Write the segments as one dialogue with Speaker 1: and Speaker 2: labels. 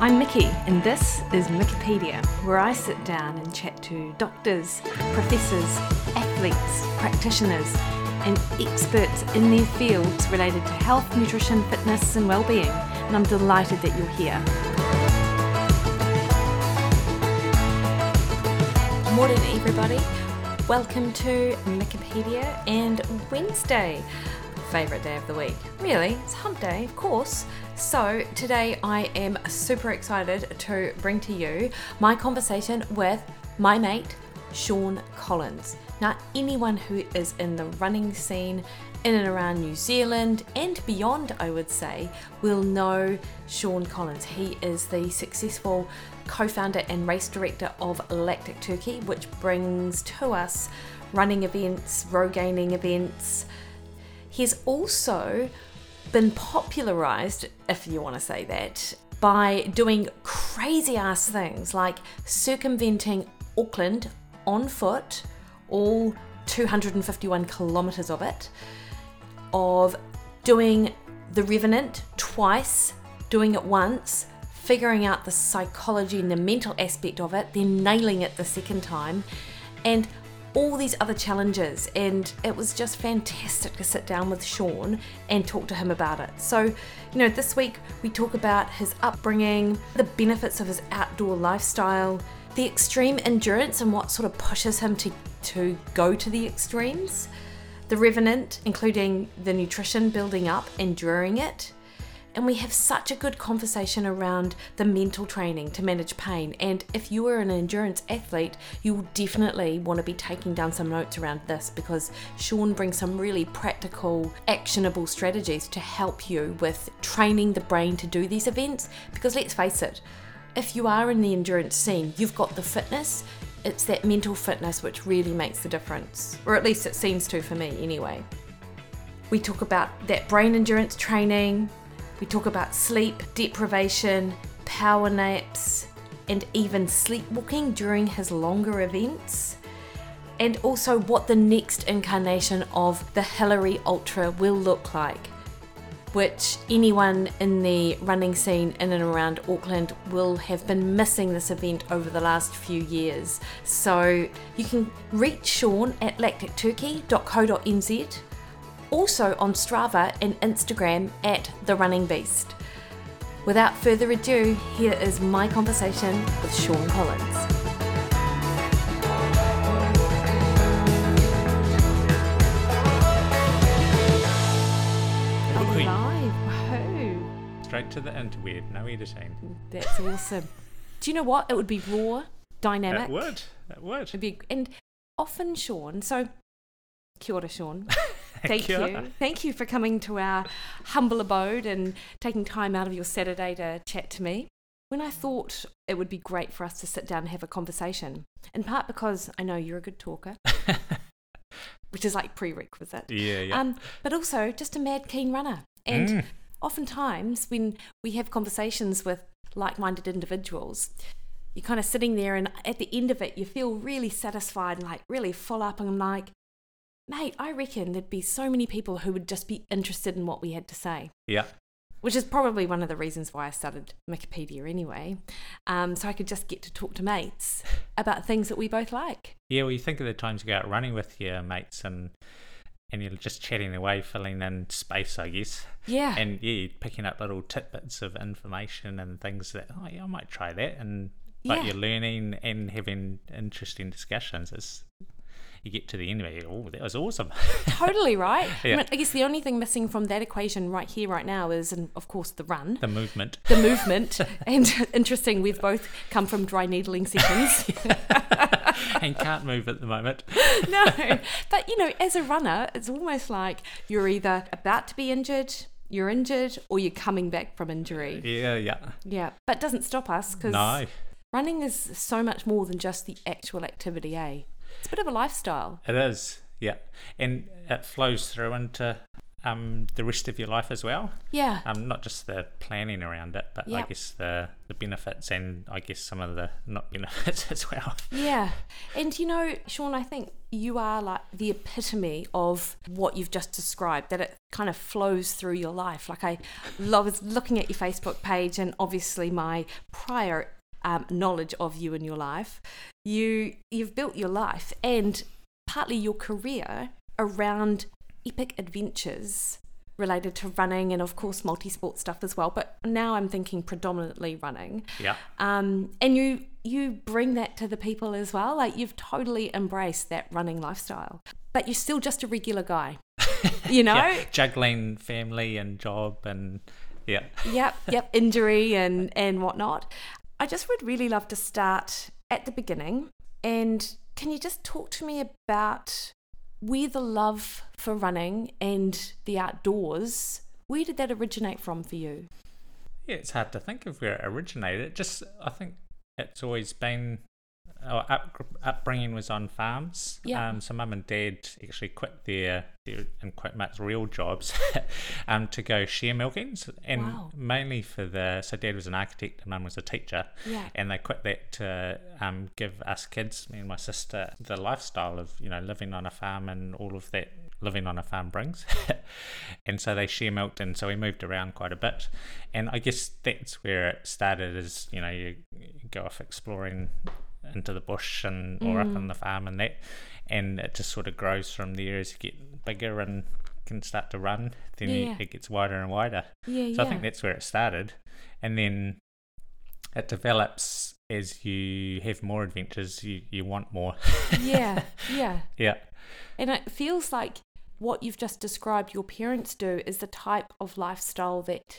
Speaker 1: I'm Mickey, and this is Wikipedia, where I sit down and chat to doctors, professors, athletes, practitioners, and experts in their fields related to health, nutrition, fitness, and well-being. And I'm delighted that you're here. Morning, everybody. Welcome to Wikipedia and Wednesday. Favourite day of the week. Really, it's hump day, of course. So, today I am super excited to bring to you my conversation with my mate, Sean Collins. Now, anyone who is in the running scene in and around New Zealand and beyond, I would say, will know Sean Collins. He is the successful co founder and race director of Lactic Turkey, which brings to us running events, row gaining events. He's also been popularized, if you want to say that, by doing crazy ass things like circumventing Auckland on foot, all 251 kilometers of it, of doing The Revenant twice, doing it once, figuring out the psychology and the mental aspect of it, then nailing it the second time, and all these other challenges. And it was just fantastic to sit down with Sean and talk to him about it. So, you know, this week we talk about his upbringing, the benefits of his outdoor lifestyle, the extreme endurance and what sort of pushes him to, to go to the extremes. The Revenant, including the nutrition building up and during it. And we have such a good conversation around the mental training to manage pain. And if you are an endurance athlete, you will definitely want to be taking down some notes around this because Sean brings some really practical, actionable strategies to help you with training the brain to do these events. Because let's face it, if you are in the endurance scene, you've got the fitness. It's that mental fitness which really makes the difference, or at least it seems to for me anyway. We talk about that brain endurance training, we talk about sleep, deprivation, power naps, and even sleepwalking during his longer events and also what the next incarnation of the Hillary Ultra will look like, which anyone in the running scene in and around Auckland will have been missing this event over the last few years. So you can reach Sean at lacticturkey.co.nz, also on Strava and Instagram at The Running Beast. Without further ado, here is my conversation with Sean Collins.
Speaker 2: Hello,
Speaker 1: Are you
Speaker 2: Queen.
Speaker 1: live? Whoa,
Speaker 2: Straight to the interweb, no editing.
Speaker 1: that's awesome. Do you know what? It would be raw, dynamic.
Speaker 2: That would. That
Speaker 1: It'd
Speaker 2: would.
Speaker 1: be, and often, Sean. So, kia ora, Sean. Thank
Speaker 2: Kia
Speaker 1: you.
Speaker 2: ora.
Speaker 1: Thank you for coming to our humble abode and taking time out of your Saturday to chat to me. When I thought it would be great for us to sit down and have a conversation, in part because I know you're a good talker, which is like prerequisite.
Speaker 2: Yeah, yeah.
Speaker 1: Um, but also just a mad keen runner. And
Speaker 2: Mm.
Speaker 1: oftentimes when we have conversations with like-minded individuals, you're kind of sitting there and at the end of it you feel really satisfied and like really full up and I'm like, mate, I reckon there'd be so many people who would just be interested in what we had to say.
Speaker 2: yeah.
Speaker 1: Which is probably one of the reasons why I started Wikipedia anyway. Um, so I could just get to talk to mates about things that we both like.
Speaker 2: Yeah, well, you think of the times you go out running with your mates and and you're just chatting away, filling in space, I guess.
Speaker 1: Yeah.
Speaker 2: And yeah, you're picking up little tidbits of information and things that, oh, yeah, I might try that. And like
Speaker 1: Yeah.
Speaker 2: you're learning and having interesting discussions. It's, you get to the end of it, oh, that was awesome.
Speaker 1: totally right. I,
Speaker 2: Yeah.
Speaker 1: mean, I guess the only thing missing from that equation right here, right now, is, and of course, the run,
Speaker 2: the movement.
Speaker 1: the movement, and interesting. We've both come from dry needling sessions.
Speaker 2: and can't move at the moment.
Speaker 1: no, but you know, as a runner, it's almost like you're either about to be injured, you're injured, or you're coming back from injury.
Speaker 2: Yeah, yeah.
Speaker 1: Yeah, but it doesn't stop us because
Speaker 2: No.
Speaker 1: running is so much more than just the actual activity. Eh, it's a bit of a lifestyle.
Speaker 2: It is, yeah, and it flows through into um, the rest of your life as well.
Speaker 1: Yeah.
Speaker 2: Um, not just the planning around it, but
Speaker 1: Yep.
Speaker 2: I guess the, the benefits and I guess some of the not benefits as well.
Speaker 1: Yeah. And you know, Sean, I think you are like the epitome of what you've just described, that it kind of flows through your life. Like I love was looking at your Facebook page and obviously my prior um, knowledge of you and your life. You you've built your life and partly your career around epic adventures related to running and of course multi-sport stuff as well but now i'm thinking predominantly running
Speaker 2: Yeah.
Speaker 1: um, and you you bring that to the people as well like you've totally embraced that running lifestyle but you're still just a regular guy you know
Speaker 2: Yeah. Juggling family and job and yeah.
Speaker 1: yep yep injury and and whatnot i just would really love to start at the beginning and can you just talk to me about where the love for running and the outdoors where did that originate from for you
Speaker 2: Yeah, it's hard to think of where it originated. It just, I think it's always been our up, upbringing was on farms.
Speaker 1: Yeah.
Speaker 2: Um, so mum and dad actually quit their, their in quite much real jobs um, to go share milkings and
Speaker 1: Wow.
Speaker 2: mainly for the, so dad was an architect and mum was a teacher.
Speaker 1: Yeah.
Speaker 2: And they quit that to um, give us kids, me and my sister, the lifestyle of, you know, living on a farm and all of that living on a farm brings. and so they share milked and so we moved around quite a bit and i guess that's where it started is you know you, you go off exploring into the bush and or up
Speaker 1: Mm.
Speaker 2: on the farm and that and it just sort of grows from there as you get bigger and can start to run then
Speaker 1: Yeah,
Speaker 2: you-
Speaker 1: yeah.
Speaker 2: it gets wider and wider
Speaker 1: yeah yeah
Speaker 2: so I think that's where it started. And then it develops as you have more adventures, you, you want more.
Speaker 1: yeah yeah
Speaker 2: yeah.
Speaker 1: And it feels like what you've just described your parents do is the type of lifestyle that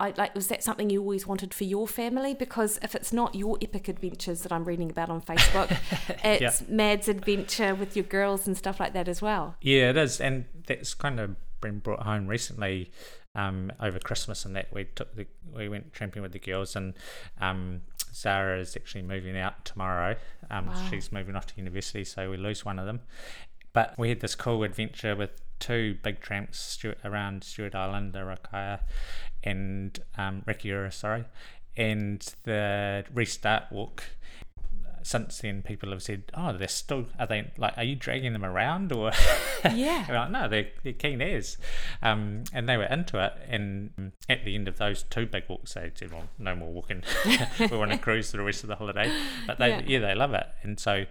Speaker 1: I like was that something you always wanted for your family? Because if it's not your epic adventures that I'm reading about on Facebook, it's Mad's adventure with your girls and stuff like that as well.
Speaker 2: Yeah, it is. And that's kind of been brought home recently um, over Christmas and that we took the, we went tramping with the girls and um, Zara is actually moving out tomorrow. Um,
Speaker 1: Wow.
Speaker 2: She's moving off to university, so we lose one of them. But we had this cool adventure with two big tramps Stuart, around Stewart Island, the Rakaia and um, Rakiura, sorry, and the restart walk since then people have said, "Oh, they're still are they like are you dragging them around or?"
Speaker 1: Yeah.
Speaker 2: We're like, no, they're, they're keen as, um, and they were into it. And at the end of those two big walks, they said, "Well, no more walking. we want to cruise for the rest of the holiday." But they,
Speaker 1: Yeah.
Speaker 2: yeah, they love it, and so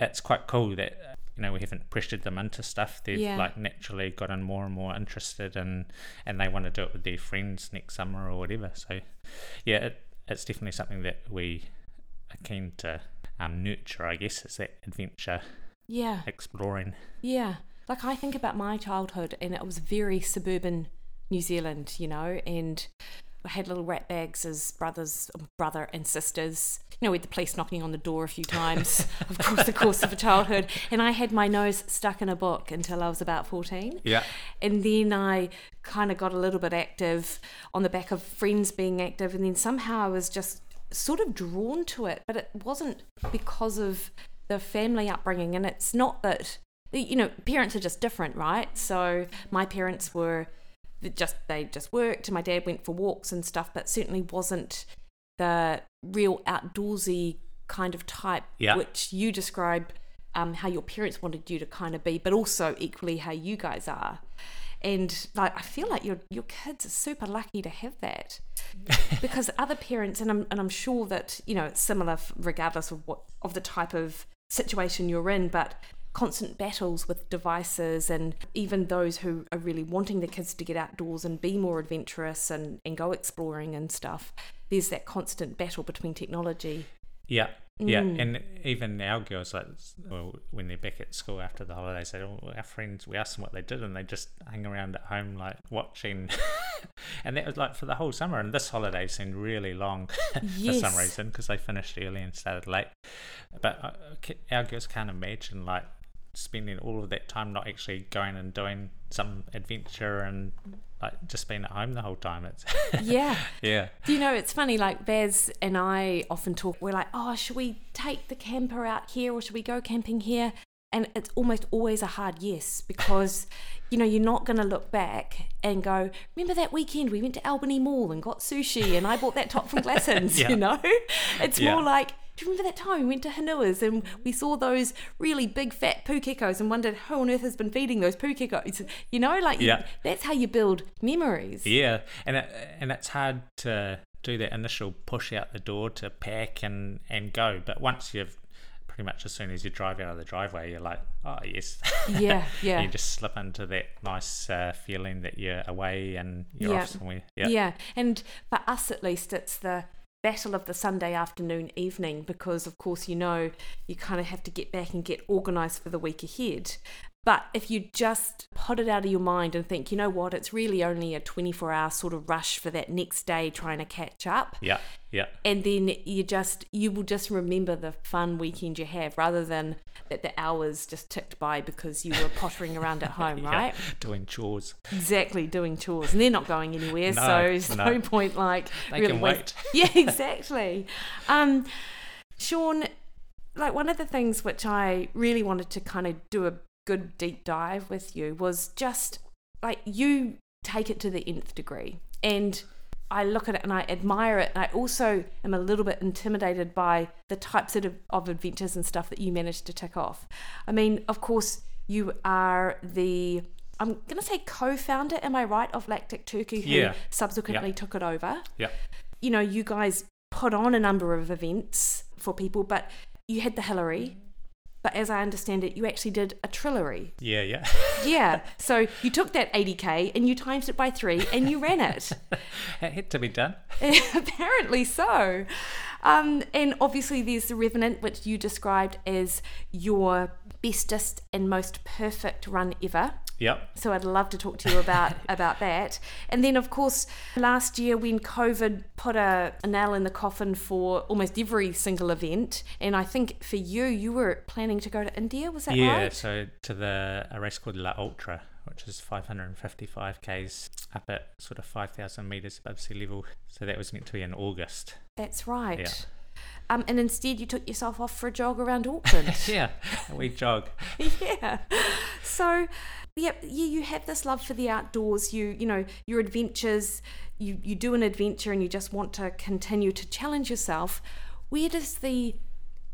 Speaker 2: it's quite cool that you know we haven't pressured them into stuff. They've
Speaker 1: Yeah.
Speaker 2: like naturally gotten more and more interested, and and they want to do it with their friends next summer or whatever. So, yeah, it, it's definitely something that we are keen to um, nurture, I guess, is that adventure
Speaker 1: Yeah.
Speaker 2: exploring.
Speaker 1: Yeah. Like I think about my childhood and it was very suburban New Zealand, you know, and I had little rat bags as brothers, brother and sisters. You know, with the police knocking on the door a few times, of course, the course of a childhood. And I had my nose stuck in a book until I was about 14.
Speaker 2: Yeah.
Speaker 1: And then I kind of got a little bit active on the back of friends being active. And then somehow I was just sort of drawn to it, but it wasn't because of the family upbringing. And it's not that, you know, parents are just different, right? So my parents were just, they just worked. and My dad went for walks and stuff, but certainly wasn't the real outdoorsy kind of type
Speaker 2: Yeah.
Speaker 1: which you describe um, how your parents wanted you to kind of be but also equally how you guys are and like i feel like your your kids are super lucky to have that because other parents and I'm, and I'm sure that you know it's similar f- regardless of what of the type of situation you're in but constant battles with devices and even those who are really wanting the kids to get outdoors and be more adventurous and, and go exploring and stuff there's that constant battle between technology
Speaker 2: Yeah. Yeah,
Speaker 1: Mm.
Speaker 2: and even our girls, like, s- well, when they're back at school after the holidays, they all our friends, we asked them what they did, and they just hang around at home, like watching. and that was like for the whole summer. And this holiday seemed really long for
Speaker 1: Yes.
Speaker 2: some reason because they finished early and started late. But uh, ca- our girls can't imagine like spending all of that time not actually going and doing some adventure and like just being at home the whole time. It's
Speaker 1: yeah
Speaker 2: yeah,
Speaker 1: Do you know, it's funny, like Vaz and I often talk, we're like, oh, should we take the camper out here or should we go camping here? and it's almost always a hard yes because you know you're not going to look back and go remember that weekend we went to albany mall and got sushi and i bought that top from glassons
Speaker 2: Yeah.
Speaker 1: you know it's
Speaker 2: Yeah.
Speaker 1: more like do you remember that time we went to Hanua's and we saw those really big fat poo geckos and wondered who on earth has been feeding those poo geckos? You know, like you-
Speaker 2: Yeah.
Speaker 1: that's how you build memories.
Speaker 2: Yeah, and it, and it's hard to do that initial push out the door to pack and and go. But once you've pretty much as soon as you drive out of the driveway, you're like, oh yes,
Speaker 1: Yeah, yeah.
Speaker 2: you just slip into that nice uh, feeling that you're away and you're
Speaker 1: Yeah.
Speaker 2: off somewhere.
Speaker 1: Yeah.
Speaker 2: Yeah,
Speaker 1: And for us, at least, it's the battle of the Sunday afternoon evening because, of course, you know, you kind of have to get back and get organized for the week ahead. But if you just pot it out of your mind and think, you know what, it's really only a 24 hour sort of rush for that next day trying to catch up.
Speaker 2: yeah, yeah,
Speaker 1: And then you just, you will just remember the fun weekend you have rather than that the hours just ticked by because you were pottering around at home,
Speaker 2: yeah.
Speaker 1: right?
Speaker 2: Doing chores.
Speaker 1: exactly doing chores and they're not going anywhere
Speaker 2: No,
Speaker 1: so there's no.
Speaker 2: no.
Speaker 1: point like
Speaker 2: They can
Speaker 1: waste- yeah exactly um sean like one of the things which i really wanted to kind of do a good deep dive with you was just like you take it to the nth degree and I look at it and I admire it. And I also am a little bit intimidated by the types of, of adventures and stuff that you managed to tick off. I mean, of course, you are the, I'm going to say co founder, am I right, of Lactic Turkey, who
Speaker 2: Yeah.
Speaker 1: subsequently took it over.
Speaker 2: Yeah,
Speaker 1: You know, you guys put on a number of events for people, but you had the Hillary. But as I understand it, you actually did a trillery.
Speaker 2: yeah, yeah.
Speaker 1: Yeah. So you took that 80K and you times it by three and you ran it.
Speaker 2: it had to be done.
Speaker 1: Apparently so. Um, and obviously, there's the Revenant, which you described as your bestest and most perfect run ever.
Speaker 2: Yep.
Speaker 1: So I'd love to talk to you about about that. And then, of course, last year when COVID put a, a nail in the coffin for almost every single event, and I think for you, you were planning to go to India. Was that
Speaker 2: yeah,
Speaker 1: right?
Speaker 2: so to the a race called La Ultra, which is 555 k's up at sort of 5,000 meters above sea level. So that was meant to be in August.
Speaker 1: That's right.
Speaker 2: Yeah.
Speaker 1: Um, and instead, you took yourself off for a jog around Auckland.
Speaker 2: yeah, we jog.
Speaker 1: yeah. So, yeah, yeah, you have this love for the outdoors. You, you know, your adventures. You, you do an adventure, and you just want to continue to challenge yourself. Where does the,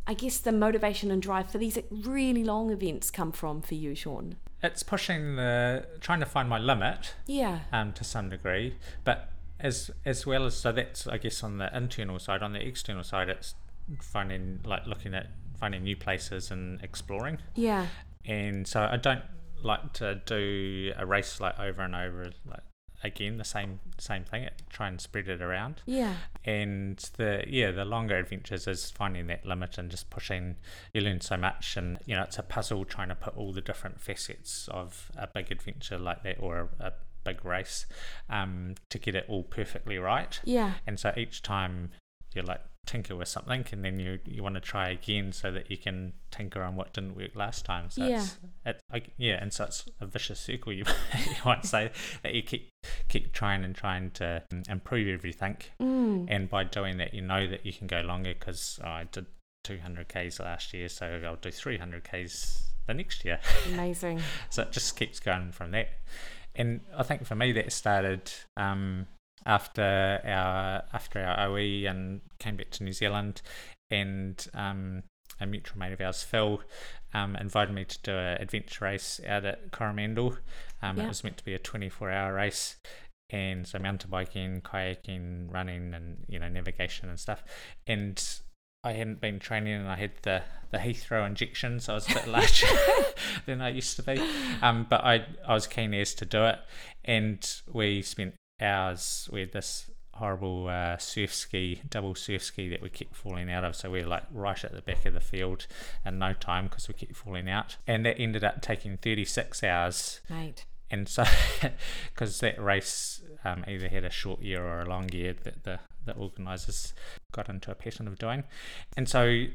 Speaker 1: I guess, the motivation and drive for these really long events come from for you, Sean?
Speaker 2: It's pushing the trying to find my limit
Speaker 1: Yeah.
Speaker 2: um, to some degree, but as as well as so that's I guess on the internal side. On the external side, it's finding like looking at finding new places and exploring.
Speaker 1: Yeah.
Speaker 2: and so I don't like to do a race like over and over like again the same same thing it, try and spread it around
Speaker 1: Yeah.
Speaker 2: and the yeah the longer adventures is finding that limit and just pushing you learn so much and you know it's a puzzle trying to put all the different facets of a big adventure like that or a, a big race um, to get it all perfectly right
Speaker 1: Yeah.
Speaker 2: and so each time you like tinker with something and then you you want to try again so that you can tinker on what didn't work last time so
Speaker 1: Yeah.
Speaker 2: it's, it, like, yeah and so it's a vicious circle you, you might say that you keep keep trying and trying to um, improve everything
Speaker 1: Mm.
Speaker 2: and by doing that you know that you can go longer because i did 200 ks last year so i'll do 300 ks the next year
Speaker 1: Amazing.
Speaker 2: so it just keeps going from that. And I think for me that started um, after our after our OE and came back to New Zealand, and um, a mutual mate of ours, Phil, um, invited me to do an adventure race out at Coromandel. Um,
Speaker 1: Yeah.
Speaker 2: It was meant to be a 24-hour race. And so mountain biking, kayaking, running, and you know navigation and stuff. And I hadn't been training, and I had the the Heathrow injection, so I was a bit larger than I used to be. Um, but I I was keen as to do it, and we spent hours with this horrible uh, surf ski, double surf ski that we kept falling out of. So we were like right at the back of the field in no time because we kept falling out, and that ended up taking 36 hours.
Speaker 1: Mate.
Speaker 2: And so, because that race um, either had a short year or a long year that the the organisers got into a pattern of doing, and so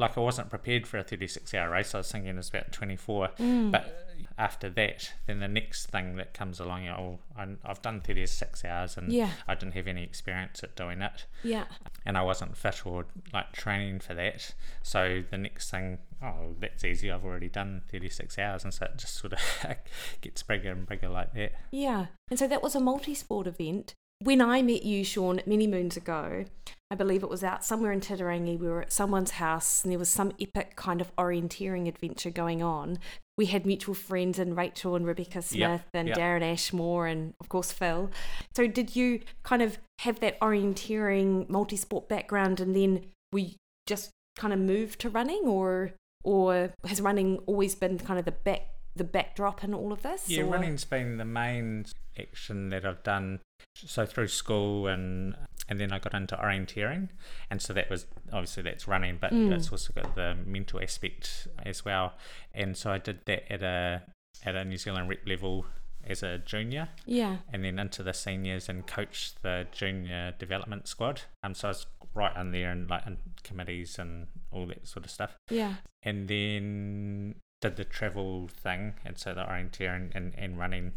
Speaker 2: like I wasn't prepared for a 36 hour race. I was thinking it was about 24. But after that, then the next thing that comes along, you know, oh, I'm- I've done 36 hours and
Speaker 1: Yeah.
Speaker 2: I didn't have any experience at doing it
Speaker 1: Yeah.
Speaker 2: and I wasn't fit or like training for that. So the next thing oh, that's easy. I've already done 36 hours. And so it just sort of gets bigger and bigger like that.
Speaker 1: Yeah. And so that was a multi sport event. When I met you, Sean, many moons ago, I believe it was out somewhere in Titirangi. We were at someone's house and there was some epic kind of orienteering adventure going on. We had mutual friends and Rachel and Rebecca Smith and
Speaker 2: yep.
Speaker 1: Darren Ashmore and, of course, Phil. So, did you kind of have that orienteering multi sport background and then we just kind of moved to running or or has running always been kind of the back the backdrop in all of this?
Speaker 2: Yeah,
Speaker 1: or-
Speaker 2: running's been the main action that I've done. So through school and and then I got into orienteering, and so that was obviously that's running, but it's also got the mental aspect as well. And so I did that at a at a New Zealand rep level as a junior,
Speaker 1: Yeah.
Speaker 2: and then into the seniors and coached the junior development squad. Um, so I was right on there and like in committees and all that sort of stuff
Speaker 1: Yeah.
Speaker 2: and then did the travel thing and so the orienteering and, and running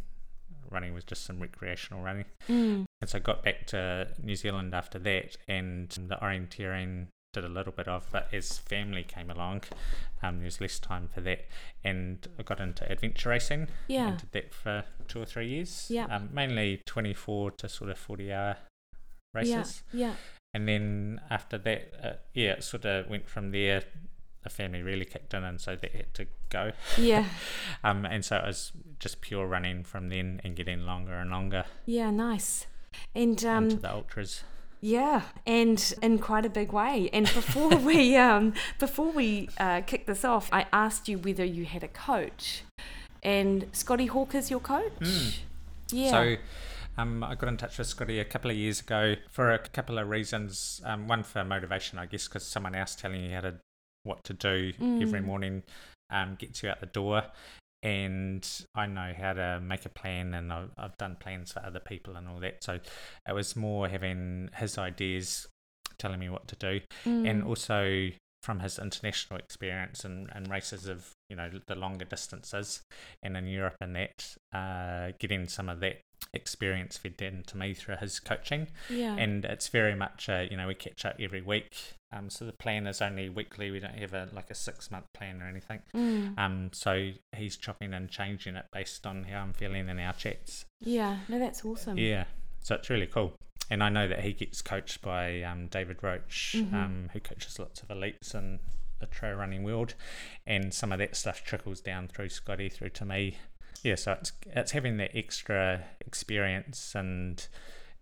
Speaker 2: running was just some recreational running
Speaker 1: Mm.
Speaker 2: and so got back to new zealand after that and the orienteering did a little bit of but as family came along um, there was less time for that and i got into adventure racing
Speaker 1: Yeah.
Speaker 2: and did that for two or three years
Speaker 1: Yeah.
Speaker 2: um, mainly 24 to sort of 40 hour races
Speaker 1: Yeah.
Speaker 2: and then after that, uh, yeah, it sort of went from there. The family really kicked in, and so they had to go.
Speaker 1: Yeah. Yeah.
Speaker 2: Um, and so it was just pure running from then, and getting longer and longer
Speaker 1: Yeah. Nice. And um,
Speaker 2: into the ultras.
Speaker 1: Yeah, and in quite a big way. And before we um, before we uh, kick this off, I asked you whether you had a coach, and Scotty Hawker's your coach. Yeah.
Speaker 2: Hmm. So um, I got in touch with Scotty a couple of years ago for a couple of reasons. Um, one for motivation, I guess, because someone else telling you how to what to do every morning um, gets you out the door. And I know how to make a plan, and I've, I've done plans for other people and all that. So it was more having his ideas telling me what to do and also from his international experience and, and races of you know the longer distances and in Europe and that uh, getting some of that experience fed into me through his coaching
Speaker 1: yeah,
Speaker 2: and it's very much uh, you know we catch up every week um, so the plan is only weekly we don't have a like a six month plan or anything
Speaker 1: Mm.
Speaker 2: um, so he's chopping and changing it based on how I'm feeling in our chats
Speaker 1: yeah. No, that's awesome.
Speaker 2: yeah, so it's really cool. And I know that he gets coached by um, David Roach, um, who coaches lots of elites in the trail running world, and some of that stuff trickles down through Scotty through to me. Yeah, so it's it's having that extra experience and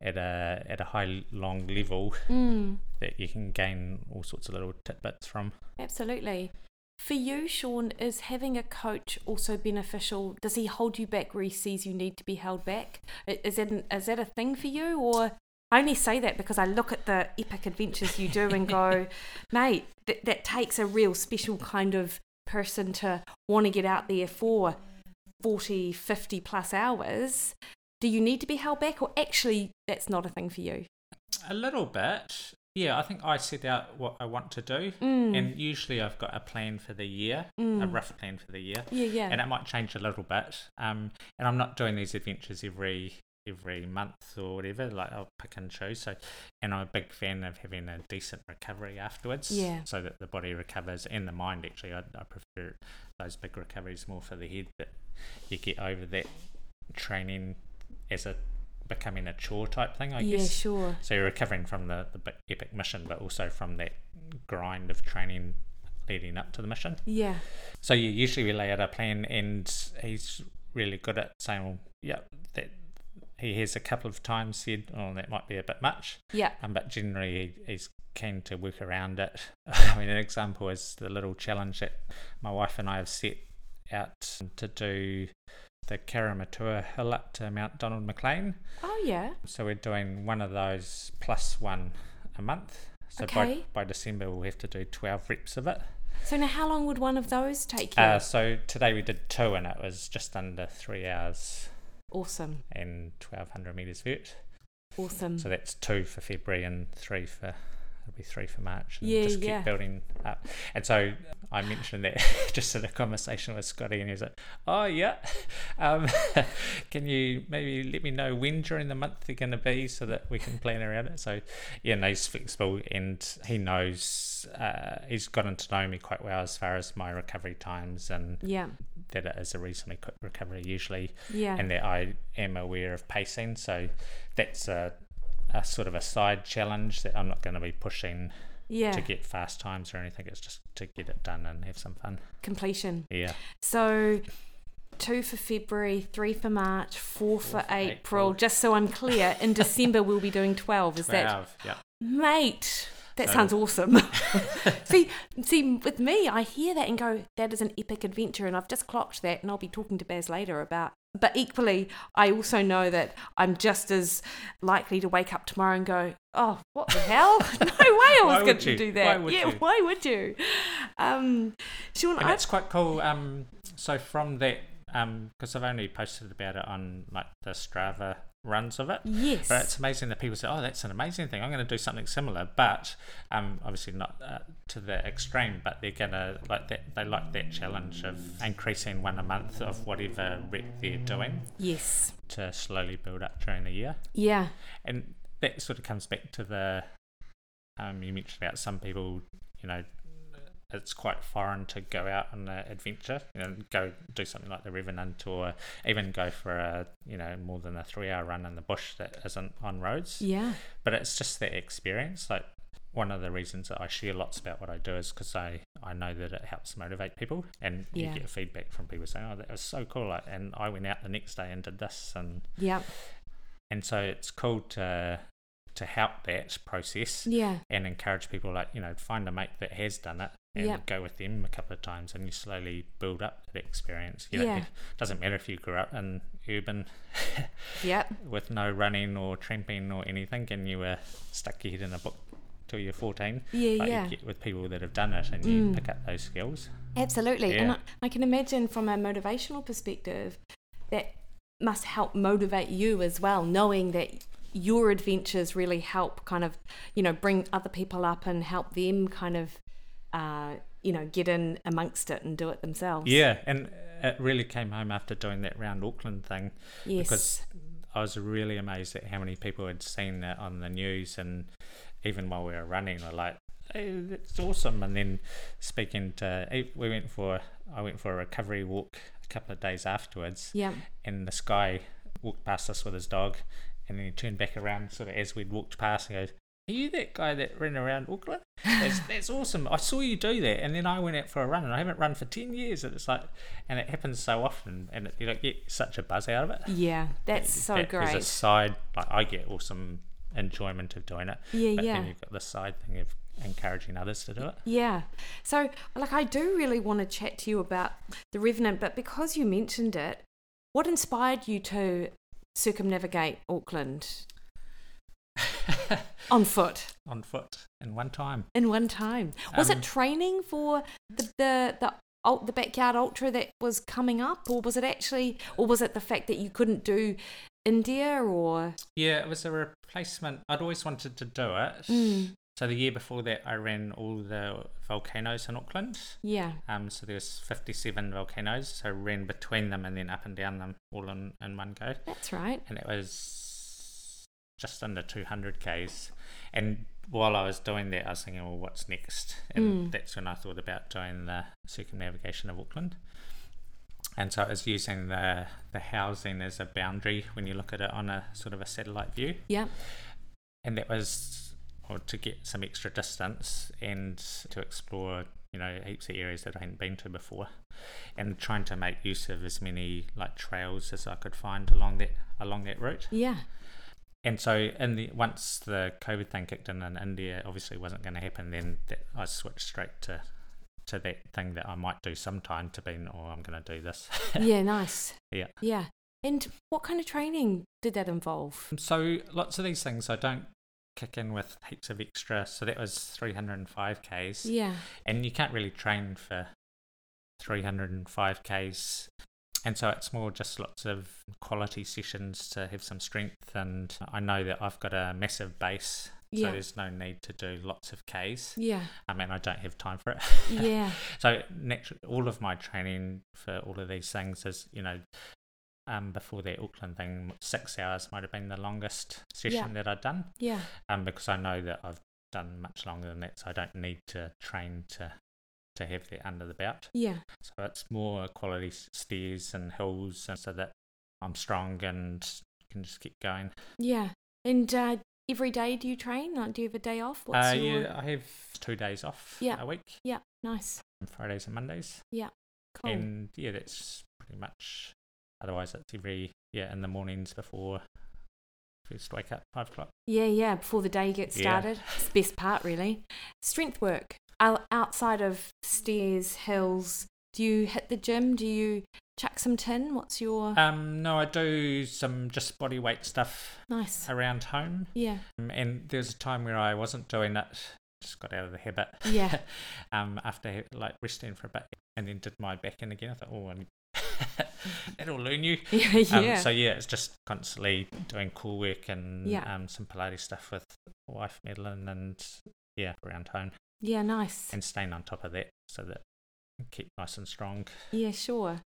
Speaker 2: at a at a high long level
Speaker 1: Mm.
Speaker 2: that you can gain all sorts of little tidbits from.
Speaker 1: Absolutely. For you, Sean, is having a coach also beneficial? Does he hold you back where he sees you need to be held back? I- Is that, an, is that a thing for you? Or I only say that because I look at the epic adventures you do and go, mate, that, that takes a real special kind of person to want to get out there for 40, 50 plus hours. Do you need to be held back? Or actually, that's not a thing for you?
Speaker 2: A little bit. Yeah, I think I set out what I want to do, and usually I've got a plan for the year, a rough plan for the year.
Speaker 1: Yeah, yeah.
Speaker 2: and it might change a little bit. Um, and I'm not doing these adventures every every month or whatever. Like I'll pick and choose. So, and I'm a big fan of having a decent recovery afterwards.
Speaker 1: Yeah.
Speaker 2: So that the body recovers and the mind. Actually, I, I prefer those big recoveries more for the head. That you get over that training as a becoming a chore type thing. I
Speaker 1: yeah,
Speaker 2: guess.
Speaker 1: sure.
Speaker 2: So you're recovering from the, the big epic mission, but also from that grind of training leading up to the mission.
Speaker 1: Yeah.
Speaker 2: So yeah, usually we lay out our plan, and he's really good at saying, well, "Yeah, that." He has a couple of times said, "Oh, that might be a bit much,"
Speaker 1: Yeah.
Speaker 2: um, but generally he, he's keen to work around it. I mean, an example is the little challenge that my wife and I have set out to do the Karamatua hill up to Mount Donald McLean.
Speaker 1: Oh, yeah.
Speaker 2: So we're doing one of those plus one a month. So by,
Speaker 1: Okay.
Speaker 2: by December we'll have to do twelve reps of it.
Speaker 1: So now, how long would one of those take you?
Speaker 2: Uh, so today we did two, and it was just under three hours
Speaker 1: awesome,
Speaker 2: and 1200 meters vert.
Speaker 1: awesome.
Speaker 2: So that's two for February and three for it'll be three for March, and
Speaker 1: Yeah,
Speaker 2: just keep
Speaker 1: yeah.
Speaker 2: building up. And so I mentioned that just in a conversation with Scotty, and he was like, "Oh yeah, um, can you maybe let me know when during the month they're going to be so that we can plan around it?" So yeah, no, he's flexible, and he knows uh, he's gotten to know me quite well as far as my recovery times and
Speaker 1: Yeah.
Speaker 2: that it is a reasonably quick recovery usually
Speaker 1: Yeah.
Speaker 2: and that I am aware of pacing. So that's a, a sort of a side challenge that I'm not going to be pushing
Speaker 1: yeah.
Speaker 2: to get fast times or anything. It's just to get it done and have some fun.
Speaker 1: Completion.
Speaker 2: Yeah.
Speaker 1: So two for February, three for March, four, for,
Speaker 2: for
Speaker 1: April.
Speaker 2: April.
Speaker 1: Just so I'm clear, in December we'll be doing 12. Is that
Speaker 2: yeah.
Speaker 1: mate? That
Speaker 2: So-
Speaker 1: sounds awesome. see, see, with me, I hear that and go, that is an epic adventure, and I've just clocked that, and I'll be talking to Baz later about. But equally, I also know that I'm just as likely to wake up tomorrow and go, oh, what the hell? no way I
Speaker 2: Why
Speaker 1: was going
Speaker 2: would
Speaker 1: to
Speaker 2: you?
Speaker 1: do
Speaker 2: Why
Speaker 1: that.
Speaker 2: would
Speaker 1: yeah,
Speaker 2: you?
Speaker 1: why would you? Um, Sean,
Speaker 2: And
Speaker 1: I
Speaker 2: it's quite cool. Um, so from that, because I've only posted about it on like the Strava runs of it.
Speaker 1: yes,
Speaker 2: But it's amazing that people say, "Oh, that's an amazing thing. I'm going to do something similar." But um, obviously not uh, to the extreme. But they're going to like that. They like that challenge of increasing one a month of whatever rep they're doing
Speaker 1: yes,
Speaker 2: to slowly build up during the year.
Speaker 1: yeah.
Speaker 2: And that sort of comes back to the um, you mentioned about some people, you know. It's quite foreign to go out on an adventure you know, and go do something like the Revenant, or even go for a you know more than a three-hour run in the bush that isn't on roads
Speaker 1: Yeah.
Speaker 2: but it's just that experience like one of the reasons that I share lots about what I do is because I, I know that it helps motivate people and
Speaker 1: Yeah.
Speaker 2: you get feedback from people saying oh that was so cool like, and I went out the next day and did this and
Speaker 1: Yeah.
Speaker 2: and so it's cool to to help that process
Speaker 1: Yeah.
Speaker 2: and encourage people like you know find a mate that has done it and
Speaker 1: Yeah.
Speaker 2: go with them a couple of times and you slowly build up that experience you know,
Speaker 1: Yeah.
Speaker 2: it doesn't matter if you grew up in urban
Speaker 1: Yeah.
Speaker 2: with no running or tramping or anything, and you were stuck your head in a book till you're 14.
Speaker 1: Yeah,
Speaker 2: but
Speaker 1: yeah.
Speaker 2: You get with people that have done it, and you pick up those skills.
Speaker 1: Absolutely. And I,
Speaker 2: Yeah.
Speaker 1: I can imagine from a motivational perspective that must help motivate you as well, knowing that your adventures really help kind of, you know, bring other people up and help them kind of, uh, you know, get in amongst it and do it themselves.
Speaker 2: Yeah, and it really came home after doing that round Auckland thing
Speaker 1: Yes.
Speaker 2: because I was really amazed at how many people had seen it on the news, and even while we were running, were like. "Hey, That's awesome. And then speaking to, we went for, I went for a recovery walk a couple of days afterwards.
Speaker 1: yeah.
Speaker 2: and this guy walked past us with his dog and then he turned back around sort of as we'd walked past and goes are you that guy that ran around Auckland? That's, that's awesome. I saw you do that, and then I went out for a run, and I haven't run for ten years. And it's like, and it happens so often, and it, you don't get such a buzz out of it.
Speaker 1: Yeah. That's so
Speaker 2: That there's a
Speaker 1: great.
Speaker 2: side, like I get awesome enjoyment of doing it.
Speaker 1: Yeah,
Speaker 2: but
Speaker 1: yeah.
Speaker 2: then you've got the side thing of encouraging others to do it.
Speaker 1: Yeah. So, like, I do really want to chat to you about The Revenant, but because you mentioned it, what inspired you to circumnavigate Auckland on foot
Speaker 2: On foot in one time.
Speaker 1: in one time? Was
Speaker 2: Um,
Speaker 1: it training for the, the, the, ul- the backyard ultra that was coming up, or was it actually, or was it the fact that you couldn't do India or?
Speaker 2: Yeah, it was a replacement. I'd always wanted to do it.
Speaker 1: Mm,
Speaker 2: So the year before that, I ran all the volcanoes in Auckland.
Speaker 1: yeah.
Speaker 2: Um, so there's 57 volcanoes. So I ran between them and then up and down them all in, in one go.
Speaker 1: That's right.
Speaker 2: And it was just under 200 k's. And while I was doing that, I was thinking, well, what's next? And that's when I thought about doing the circumnavigation of Auckland. And so it was using the the housing as a boundary when you look at it on a sort of a satellite view
Speaker 1: Yeah.
Speaker 2: and that was or to get some extra distance and to explore you know heaps of areas that I hadn't been to before and trying to make use of as many like trails as I could find along that along that route
Speaker 1: Yeah.
Speaker 2: and so in the once the COVID thing kicked in in India obviously wasn't going to happen then that, I switched straight to to that thing that I might do sometime to being oh I'm going to do this
Speaker 1: Yeah. Nice.
Speaker 2: Yeah.
Speaker 1: Yeah. And what kind of training did that involve?
Speaker 2: So lots of these things I don't kick in with heaps of extra. So that was 305 Ks.
Speaker 1: Yeah.
Speaker 2: And you can't really train for 305 Ks. And so it's more just lots of quality sessions to have some strength. And I know that I've got a massive base
Speaker 1: Yeah.
Speaker 2: So there's no need to do lots of Ks.
Speaker 1: Yeah.
Speaker 2: I mean, I don't have time for it.
Speaker 1: Yeah.
Speaker 2: So next, all of my training for all of these things is, you know, um, before the Auckland thing, six hours might have been the longest session that I'd done,
Speaker 1: Yeah.
Speaker 2: um, because I know that I've done much longer than that, so I don't need to train to to have that under the belt.
Speaker 1: Yeah.
Speaker 2: So it's more quality s- stairs and hills, and so that I'm strong and can just keep going.
Speaker 1: Yeah. And uh, every day do you train? Like, do you have a day off?
Speaker 2: Uh,
Speaker 1: your-
Speaker 2: Yeah, I have two days off
Speaker 1: Yeah.
Speaker 2: a week,
Speaker 1: Yeah. Nice.
Speaker 2: Fridays and Mondays.
Speaker 1: Cool.
Speaker 2: And yeah, that's pretty much. Otherwise, it's every yeah in the mornings before first wake up five o'clock.
Speaker 1: Yeah, yeah, before the day gets
Speaker 2: Yeah.
Speaker 1: started. It's the best part, really. Strength work. Ou- Outside of stairs, hills, do you hit the gym? Do you chuck some tin? What's your.
Speaker 2: Um, no, I do some just body weight stuff
Speaker 1: nice.
Speaker 2: around home.
Speaker 1: Yeah,
Speaker 2: uh, Um, and there was a time where I wasn't doing it. Just got out of the habit.
Speaker 1: Yeah.
Speaker 2: um, after like resting for a bit, and then did my back in again. I thought, oh, I it'll learn you.
Speaker 1: yeah, yeah.
Speaker 2: Um, so yeah, it's just constantly doing cool work and
Speaker 1: Yeah.
Speaker 2: um, some Pilates stuff with my wife Madeline and yeah around home
Speaker 1: yeah, nice.
Speaker 2: and staying on top of that so that I keep nice and strong.
Speaker 1: Yeah, sure.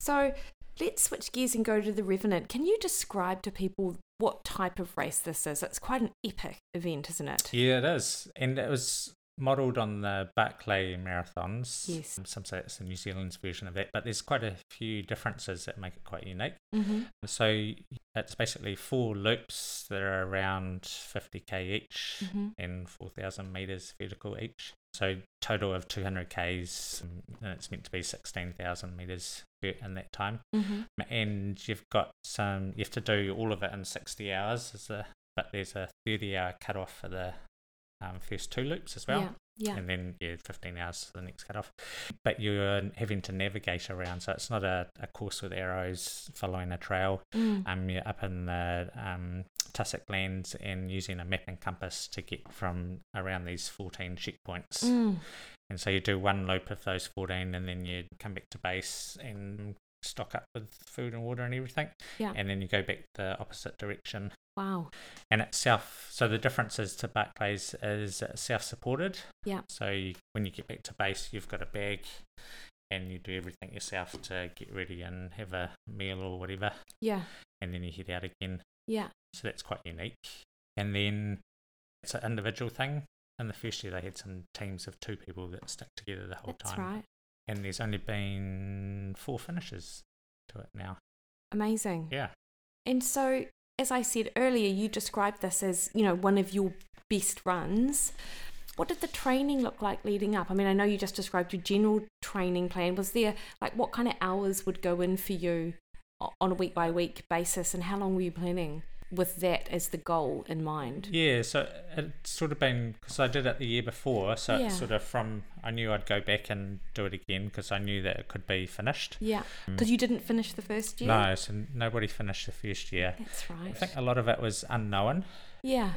Speaker 1: So let's switch gears and go to the Revenant. Can you describe to people what type of race this is? It's quite an epic event, isn't it?
Speaker 2: Yeah, it is, and it was modelled on the Barclay marathons.
Speaker 1: Yes.
Speaker 2: Um, some say it's the New Zealand's version of that, but there's quite a few differences that make it quite unique.
Speaker 1: Mm-hmm.
Speaker 2: So it's basically four loops that are around 50k each
Speaker 1: Mhm.
Speaker 2: and 4,000 meters vertical each. So total of 200k's, um, and it's meant to be 16,000 meters in that time.
Speaker 1: Mm-hmm.
Speaker 2: And you've got some, you have to do all of it in 60 hours, is the, but there's a 30 hour cutoff for the um, first two loops as well
Speaker 1: yeah, yeah.
Speaker 2: and then yeah, 15 hours to the next cutoff. But you're having to navigate around, so it's not a, a course with arrows following a trail.
Speaker 1: Mm.
Speaker 2: Um, you're up in the um, tussock lands and using a map and compass to get from around these 14 checkpoints.
Speaker 1: Mm.
Speaker 2: And so you do one loop of those 14, and then you come back to base and stock up with food and water and everything.
Speaker 1: Yeah.
Speaker 2: And then you go back the opposite direction.
Speaker 1: Wow.
Speaker 2: And it's self, so the difference is to Barclays is self supported.
Speaker 1: Yeah.
Speaker 2: So you, when you get back to base, you've got a bag and you do everything yourself to get ready and have a meal or whatever.
Speaker 1: Yeah,
Speaker 2: And then you head out again.
Speaker 1: yeah.
Speaker 2: So that's quite unique. And then it's an individual thing. In the first year, they had some teams of two people that stuck together the whole
Speaker 1: That's
Speaker 2: time.
Speaker 1: right.
Speaker 2: And there's only been four finishes to it now.
Speaker 1: Amazing.
Speaker 2: Yeah.
Speaker 1: And so, as I said earlier, you described this as, you know, one of your best runs. What did the training look like leading up? I mean, I know you just described your general training plan. Was there, like, what kind of hours would go in for you o- on a week by week basis, and how long were you planning with that as the goal in mind?
Speaker 2: Yeah, so it's sort of been because I did it the year before, so
Speaker 1: Yeah.
Speaker 2: it's sort of from I knew I'd go back and do it again because I knew that it could be finished.
Speaker 1: Yeah. Because you didn't finish the first year?
Speaker 2: Mm. No, so nobody finished the first year.
Speaker 1: That's
Speaker 2: I
Speaker 1: right.
Speaker 2: think uh, a lot of it was unknown.
Speaker 1: Yeah,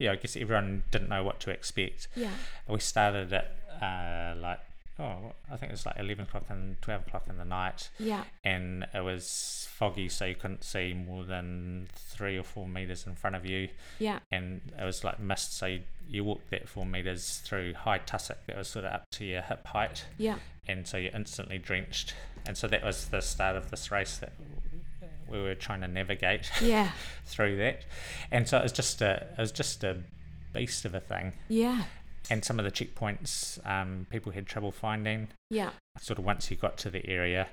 Speaker 2: Yeah, I guess everyone didn't know what to expect.
Speaker 1: yeah,
Speaker 2: We started at uh, like oh, I think it was like eleven o'clock and twelve o'clock in the night,
Speaker 1: yeah,
Speaker 2: and it was foggy, so you couldn't see more than three or four meters in front of you.
Speaker 1: yeah,
Speaker 2: and it was like mist. So you, you walked that four meters through high tussock that was sort of up to your hip height,
Speaker 1: yeah,
Speaker 2: and so you're instantly drenched. And so that was the start of this race that we were trying to navigate
Speaker 1: yeah,
Speaker 2: through that. And so it was just a it was just a beast of a thing.
Speaker 1: yeah,
Speaker 2: And some of the checkpoints um, people had trouble finding.
Speaker 1: yeah.
Speaker 2: Sort of once you got to the area.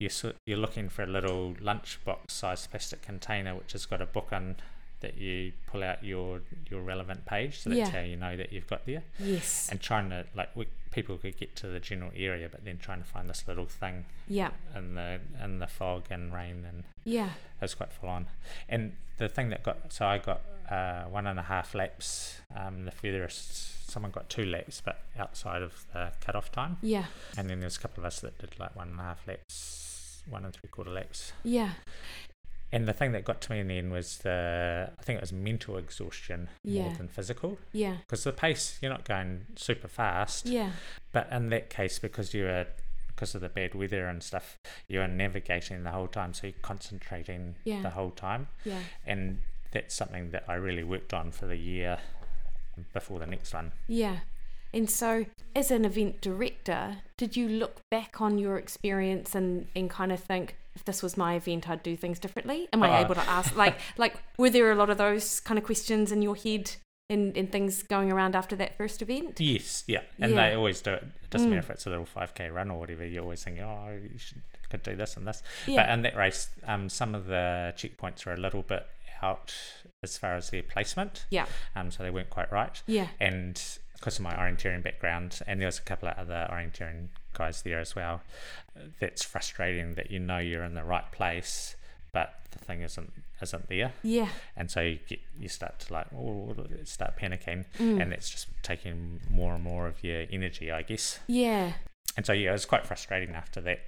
Speaker 2: You're, sort, you're looking for a little lunchbox sized plastic container which has got a book on that you pull out your your relevant page so that's
Speaker 1: Yeah.
Speaker 2: how you know that you've got there
Speaker 1: Yes.
Speaker 2: and trying to like we, people could get to the general area but then trying to find this little thing
Speaker 1: Yeah.
Speaker 2: in the in the fog and rain and
Speaker 1: Yeah.
Speaker 2: it was quite full on and the thing that got so i got uh, one and a half laps um, the furthest someone got two laps but outside of the cutoff time
Speaker 1: Yeah.
Speaker 2: and then there's a couple of us that did like one and a half laps one and three quarter laps
Speaker 1: Yeah.
Speaker 2: and the thing that got to me in the end was the i think it was mental exhaustion more
Speaker 1: Yeah.
Speaker 2: than physical
Speaker 1: Yeah.
Speaker 2: because the pace you're not going super fast
Speaker 1: Yeah.
Speaker 2: but in that case because you are because of the bad weather and stuff you are navigating the whole time so you're concentrating
Speaker 1: Yeah.
Speaker 2: the whole time
Speaker 1: Yeah.
Speaker 2: and that's something that i really worked on for the year before the next one.
Speaker 1: Yeah. And so, as an event director, did you look back on your experience and, and kind of think, if this was my event, I'd do things differently? Am I
Speaker 2: Oh.
Speaker 1: able to ask? Like, like were there a lot of those kind of questions in your head and, and things going around after that first event?
Speaker 2: Yes, yeah, and
Speaker 1: Yeah.
Speaker 2: they always do it. It doesn't
Speaker 1: Mm.
Speaker 2: matter if it's a little five k run or whatever. You always think, oh, you should, could do this and this. But
Speaker 1: Yeah.
Speaker 2: in that race, um, some of the checkpoints were a little bit out as far as their placement.
Speaker 1: Yeah.
Speaker 2: Um, so they weren't quite right.
Speaker 1: Yeah.
Speaker 2: And because of my orienteering background, and there was a couple of other orienteering guys there as well. That's frustrating that you know you're in the right place, but the thing isn't isn't there
Speaker 1: Yeah.
Speaker 2: and so you get you start to like oh, start panicking
Speaker 1: mm,
Speaker 2: and it's just taking more and more of your energy i guess
Speaker 1: Yeah.
Speaker 2: and so yeah it was quite frustrating after that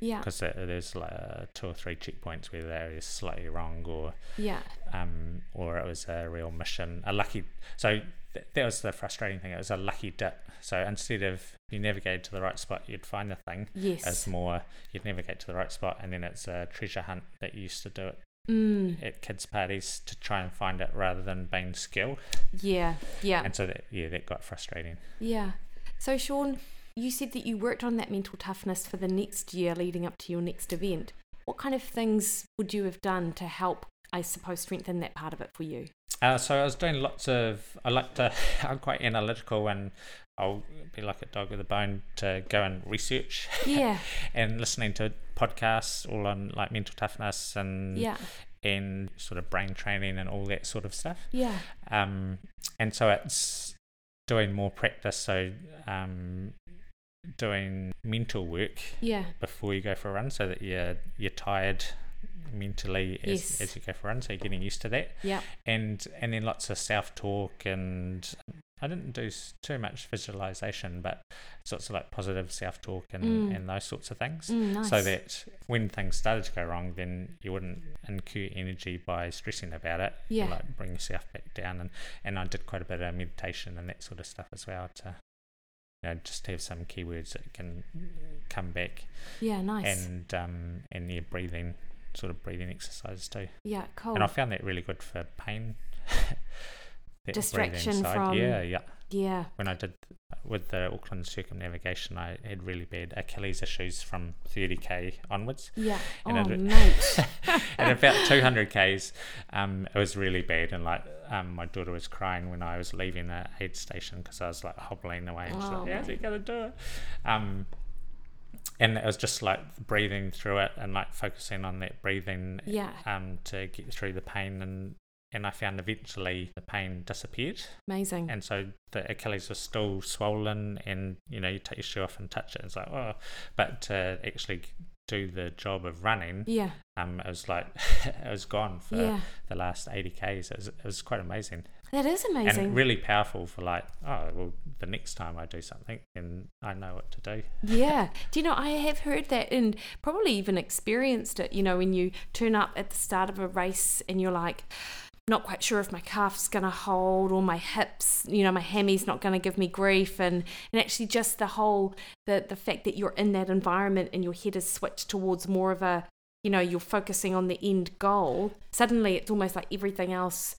Speaker 1: Yeah.
Speaker 2: because there's like uh, two or three checkpoints where they're either slightly wrong or
Speaker 1: Yeah.
Speaker 2: um or it was a real mission a lucky so th- that was the frustrating thing it was a lucky dip so instead of you navigated to the right spot you'd find the thing
Speaker 1: Yes.
Speaker 2: it's more you'd navigate to the right spot and then it's a treasure hunt that you used to do it
Speaker 1: Mm.
Speaker 2: at kids' parties to try and find it rather than being skilled.
Speaker 1: Yeah. Yeah.
Speaker 2: And so that yeah, that got frustrating.
Speaker 1: Yeah. So, Sean, you said that you worked on that mental toughness for the next year leading up to your next event. What kind of things would you have done to help, I suppose, strengthen that part of it for you?
Speaker 2: Uh, so I was doing lots of I like to I'm quite analytical and I'll be like a dog with a bone to go and research
Speaker 1: Yeah.
Speaker 2: and listening to podcasts all on like mental toughness and
Speaker 1: Yeah.
Speaker 2: and sort of brain training and all that sort of stuff.
Speaker 1: Yeah.
Speaker 2: um, and so it's doing more practice so um, doing mental work
Speaker 1: Yeah.
Speaker 2: before you go for a run so that you're you're tired mentally as,
Speaker 1: Yes.
Speaker 2: as you go for a run so you're getting used to that
Speaker 1: Yeah.
Speaker 2: and and then lots of self talk and I didn't do s- too much visualization but sorts of like positive self talk and,
Speaker 1: Mm.
Speaker 2: and those sorts of things
Speaker 1: Mm, nice.
Speaker 2: so that when things started to go wrong, then you wouldn't incur energy by stressing about it. You,
Speaker 1: Yeah.
Speaker 2: Like bring yourself back down, and and I did quite a bit of meditation and that sort of stuff as well to, you know, just have some keywords that can come back
Speaker 1: yeah. Nice.
Speaker 2: and um and yeah, breathing sort of breathing exercises too.
Speaker 1: yeah. Cool.
Speaker 2: And I found that really good for pain. that breathing
Speaker 1: Distraction
Speaker 2: side.
Speaker 1: from-
Speaker 2: yeah yeah
Speaker 1: yeah.
Speaker 2: when I did with the Auckland circumnavigation, I had really bad Achilles issues from 30k onwards.
Speaker 1: Yeah.
Speaker 2: And
Speaker 1: oh,
Speaker 2: it-
Speaker 1: mate.
Speaker 2: At about 200k's, um, it was really bad, and like um, my daughter was crying when I was leaving the aid station because I was like hobbling away. And she's
Speaker 1: Oh,
Speaker 2: like, "How's he
Speaker 1: mate.
Speaker 2: gonna do it?" Um, and it was just like breathing through it and like focusing on that breathing
Speaker 1: Yeah.
Speaker 2: um, to get through the pain and. And I found eventually the pain disappeared
Speaker 1: Amazing.
Speaker 2: and so the Achilles was still swollen, and you know you take your shoe off and touch it, it's like oh, but to actually do the job of running,
Speaker 1: yeah.
Speaker 2: um, it was like it was gone for
Speaker 1: Yeah.
Speaker 2: the last eighty k's. It was, it was quite amazing,
Speaker 1: That is amazing.
Speaker 2: and really powerful for like oh well the next time I do something, then I know what to do.
Speaker 1: Yeah. Do you know, I have heard that and probably even experienced it. You know, when you turn up at the start of a race and you're like, not quite sure if my calf's going to hold or my hips, you know, my hammy's not going to give me grief. And, and actually, just the whole, the, the fact that you're in that environment and your head is switched towards more of a, you know, you're focusing on the end goal, suddenly it's almost like everything else